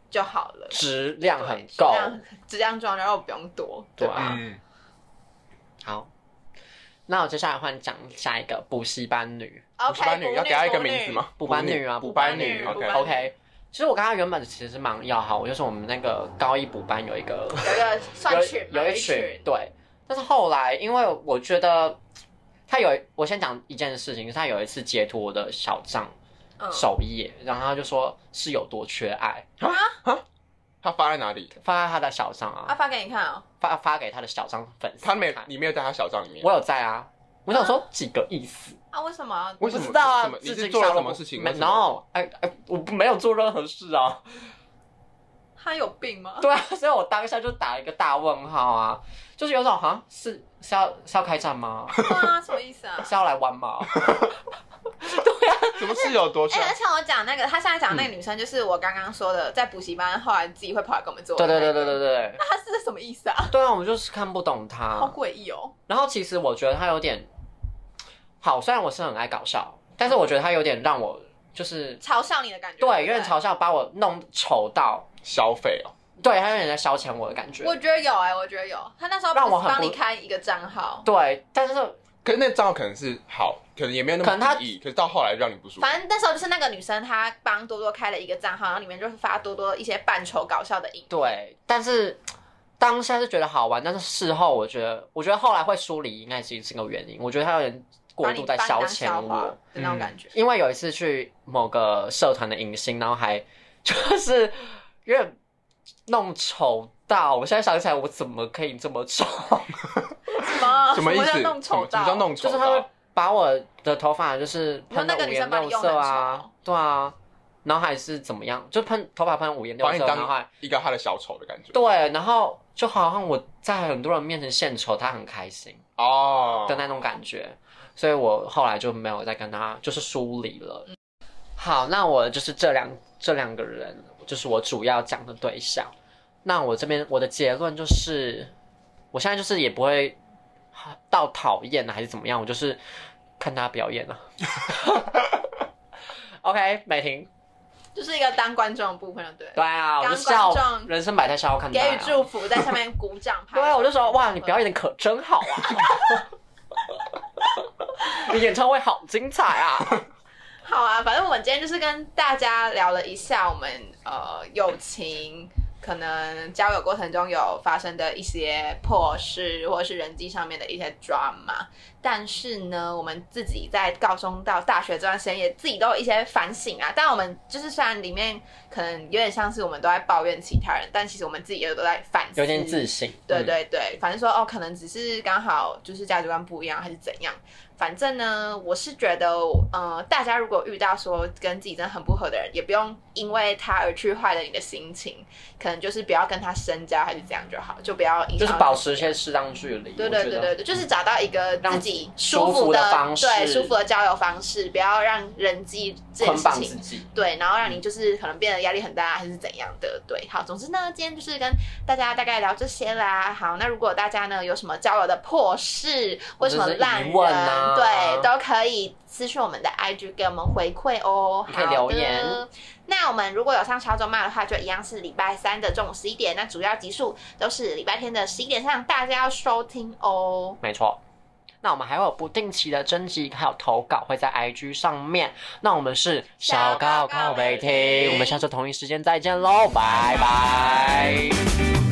[SPEAKER 3] 就好了，
[SPEAKER 1] 质量
[SPEAKER 3] 对
[SPEAKER 1] 很
[SPEAKER 3] 质
[SPEAKER 1] 够。
[SPEAKER 3] 量质量重，然后不用多，
[SPEAKER 1] 对
[SPEAKER 3] 吧？
[SPEAKER 1] 啊
[SPEAKER 2] 嗯，
[SPEAKER 1] 好，那我接下来换讲下一个补习班女。
[SPEAKER 2] 补
[SPEAKER 3] OK，
[SPEAKER 2] 习班女要给她一个名字？吗？
[SPEAKER 1] 补班女啊，
[SPEAKER 2] 补
[SPEAKER 3] 班
[SPEAKER 2] 班
[SPEAKER 3] 女
[SPEAKER 2] 女
[SPEAKER 3] 补
[SPEAKER 2] ，OK
[SPEAKER 3] 班女。
[SPEAKER 1] OK。其实我跟她原本其实蛮要好，就是我们那个高一补班有一
[SPEAKER 2] (laughs)
[SPEAKER 1] 个，
[SPEAKER 3] 有一个算群
[SPEAKER 1] 有
[SPEAKER 3] 有
[SPEAKER 1] 一群，对。但是后来，因为我觉得她有，我先讲一件事情，是她有一次截图我的小账
[SPEAKER 3] 嗯，
[SPEAKER 1] 首页，然后她就说是有多缺爱，
[SPEAKER 2] 她发在哪里？
[SPEAKER 1] 发在她的小账啊，
[SPEAKER 3] 啊，发给你看哦，
[SPEAKER 1] 发发给她的小账粉丝
[SPEAKER 2] 她
[SPEAKER 1] 看。
[SPEAKER 2] 没，你没有在她小账里面
[SPEAKER 1] 我。有在啊，我想说几个意思。
[SPEAKER 3] 啊，为什么？
[SPEAKER 1] 我
[SPEAKER 2] 为什
[SPEAKER 1] 不
[SPEAKER 2] 么
[SPEAKER 1] 知道
[SPEAKER 2] 什
[SPEAKER 1] 啊
[SPEAKER 2] 么，你
[SPEAKER 1] 自
[SPEAKER 2] 是
[SPEAKER 1] 己
[SPEAKER 2] 做了什么事情？
[SPEAKER 1] 没
[SPEAKER 2] 为什么
[SPEAKER 1] ，no，哎哎，我没有做任何事啊。
[SPEAKER 3] 他有病 (laughs) 吗？
[SPEAKER 1] 对啊，所以我当下就打一个大问号啊，就是有种好像是是要是要开战吗？
[SPEAKER 3] 对啊，什么意思啊？
[SPEAKER 1] 是要来玩吗？
[SPEAKER 2] 什么事有多
[SPEAKER 3] (laughs) 哎、
[SPEAKER 2] (laughs) 缺？
[SPEAKER 3] 而且我讲那个，他现在讲那个女生，就是我刚刚说的，在补习班后来自己会跑来跟我们做。
[SPEAKER 1] 对对对对对对
[SPEAKER 3] 那他是什么意思啊？
[SPEAKER 1] 对啊，我就是看不懂
[SPEAKER 3] 好
[SPEAKER 1] 他。
[SPEAKER 3] 诡异哦。
[SPEAKER 1] 然后其实我觉得他有点好，虽然我是很爱搞笑，但是我觉得他有点让我就是
[SPEAKER 3] 嘲笑你的感觉。
[SPEAKER 1] 对
[SPEAKER 3] 不
[SPEAKER 1] 有点嘲笑，把我弄丑到，
[SPEAKER 2] 消费哦，
[SPEAKER 1] 对他有点在消遣我的感觉。
[SPEAKER 3] 我觉得有哎、我觉得有。他那时候
[SPEAKER 1] 让我
[SPEAKER 3] 不是
[SPEAKER 1] 很
[SPEAKER 3] 帮
[SPEAKER 1] 不
[SPEAKER 3] 你开一个账号，
[SPEAKER 1] 对，但是
[SPEAKER 2] 可是那账号可能是好，可能也没有那
[SPEAKER 1] 可能她
[SPEAKER 2] 么意义，可是到后来让你不舒服。
[SPEAKER 3] 反正那时候就是那个女生，她帮多多开了一个账号，然后里面就是发多多一些扮丑搞笑的影。
[SPEAKER 1] 对，但是当下是觉得好玩，但是事后我觉得，我觉得后来会疏离，应该是这个原因。我觉得他有点过
[SPEAKER 3] 把你
[SPEAKER 1] 度在
[SPEAKER 3] 把你当
[SPEAKER 1] 遣
[SPEAKER 3] 笑话
[SPEAKER 1] 我，
[SPEAKER 3] 的那种感觉。
[SPEAKER 1] 因为有一次去某个社团的迎新，然后还 (laughs) 就是有点弄丑到，我现在想起来，我怎么可以这么
[SPEAKER 3] (laughs)
[SPEAKER 1] 丑？
[SPEAKER 3] 什么？
[SPEAKER 2] 什么意
[SPEAKER 3] 叫
[SPEAKER 2] 思？
[SPEAKER 3] 弄
[SPEAKER 2] 什
[SPEAKER 3] 丑
[SPEAKER 2] 么什
[SPEAKER 3] 到？
[SPEAKER 2] 么叫弄丑
[SPEAKER 1] 就
[SPEAKER 2] 到？
[SPEAKER 1] 是他会把我的头发就是
[SPEAKER 3] 你说
[SPEAKER 1] 喷
[SPEAKER 3] 那
[SPEAKER 1] 的
[SPEAKER 3] 个
[SPEAKER 1] 五
[SPEAKER 3] 女生
[SPEAKER 1] 颜
[SPEAKER 3] 把你
[SPEAKER 1] 六
[SPEAKER 3] 用得
[SPEAKER 1] 色
[SPEAKER 3] 很
[SPEAKER 1] 啊
[SPEAKER 3] 丑，
[SPEAKER 1] 对啊，然后还是怎么样，就喷头发喷五颜六
[SPEAKER 2] 把
[SPEAKER 1] 色，
[SPEAKER 2] 你
[SPEAKER 1] 然后还
[SPEAKER 2] 当一个他的小丑的感觉。
[SPEAKER 1] 对，然后就好像我在很多人面前献丑，他很开心
[SPEAKER 2] 哦
[SPEAKER 1] 的，那种感觉，所以我后来就没有再跟他就是疏离了。好，那我就是这两这两个人，就是我主要讲的对象。那我这边我的结论就是，我现在就是也不会到讨厌啊还是怎么样，我就是看他表演了、OK，美婷，
[SPEAKER 3] 就是一个当观众的部分了，对了。
[SPEAKER 1] 对啊，我就
[SPEAKER 3] 当
[SPEAKER 1] 笑
[SPEAKER 3] 观众，
[SPEAKER 1] 人生百态笑要看大、
[SPEAKER 3] 给予
[SPEAKER 1] 啊。
[SPEAKER 3] 祝福，在下面鼓掌拍手。
[SPEAKER 1] 对啊，我就说哇，你表演的可真好 (laughs) 啊！你演唱会好精彩啊！
[SPEAKER 3] 好啊，反正我们今天就是跟大家聊了一下我们呃友情，可能交友过程中有发生的一些破事，或者是人际上面的一些 drama。但是呢，我们自己在高中到大学这段时间也自己都有一些反省啊。但我们就是虽然里面可能有点像是我们都在抱怨其他人，但其实我们自己也都在反思，
[SPEAKER 1] 有点自信，
[SPEAKER 3] 对
[SPEAKER 1] 嗯，
[SPEAKER 3] 对对，反正说哦，可能只是刚好就是价值观不一样，还是怎样。反正呢，我是觉得，呃，大家如果遇到说跟自己真的很不合的人，也不用因为他而去坏了你的心情，可能就是不要跟他深交，还是怎样就好，就不要影响
[SPEAKER 1] 就是
[SPEAKER 3] 到
[SPEAKER 1] 保
[SPEAKER 3] 自己
[SPEAKER 1] 持一些适当距离。
[SPEAKER 3] 对
[SPEAKER 1] 我
[SPEAKER 3] 对
[SPEAKER 1] 觉
[SPEAKER 3] 对
[SPEAKER 1] 得
[SPEAKER 3] 对对，就是找到一个自
[SPEAKER 1] 让
[SPEAKER 3] 己
[SPEAKER 1] 舒
[SPEAKER 3] 舒服
[SPEAKER 1] 服的方式
[SPEAKER 3] 对舒服的交友方式，不要让人际这件
[SPEAKER 1] 捆
[SPEAKER 3] 事
[SPEAKER 1] 绑
[SPEAKER 3] 情
[SPEAKER 1] 自己。
[SPEAKER 3] 对，然后
[SPEAKER 1] 嗯
[SPEAKER 3] 让你就是可能变得压力很大，还是怎样的？对，好，总之呢，今天就是跟大家大概聊这些啦。好，那如果大家呢有什么交友的破事或什么烂
[SPEAKER 1] 或者是疑问
[SPEAKER 3] 人，
[SPEAKER 1] 啊
[SPEAKER 3] 对，都可以私讯我们的 IG 给我们回馈哦。
[SPEAKER 1] 你可以
[SPEAKER 3] 好
[SPEAKER 1] 留
[SPEAKER 3] 的
[SPEAKER 1] 言
[SPEAKER 3] 那我们如果有上小周骂的话，就一样是礼拜三的中午十一点。那主要集数都是礼拜天的十一点上，大家要收听哦。
[SPEAKER 1] 没错。那我们还会有不定期的征集，还有投稿会在 IG 上面。那我们是
[SPEAKER 3] 小
[SPEAKER 1] 小高
[SPEAKER 3] 高高
[SPEAKER 1] 高
[SPEAKER 3] 媒
[SPEAKER 1] 媒
[SPEAKER 3] 体
[SPEAKER 1] 体，我们下周同一时间再见喽，拜拜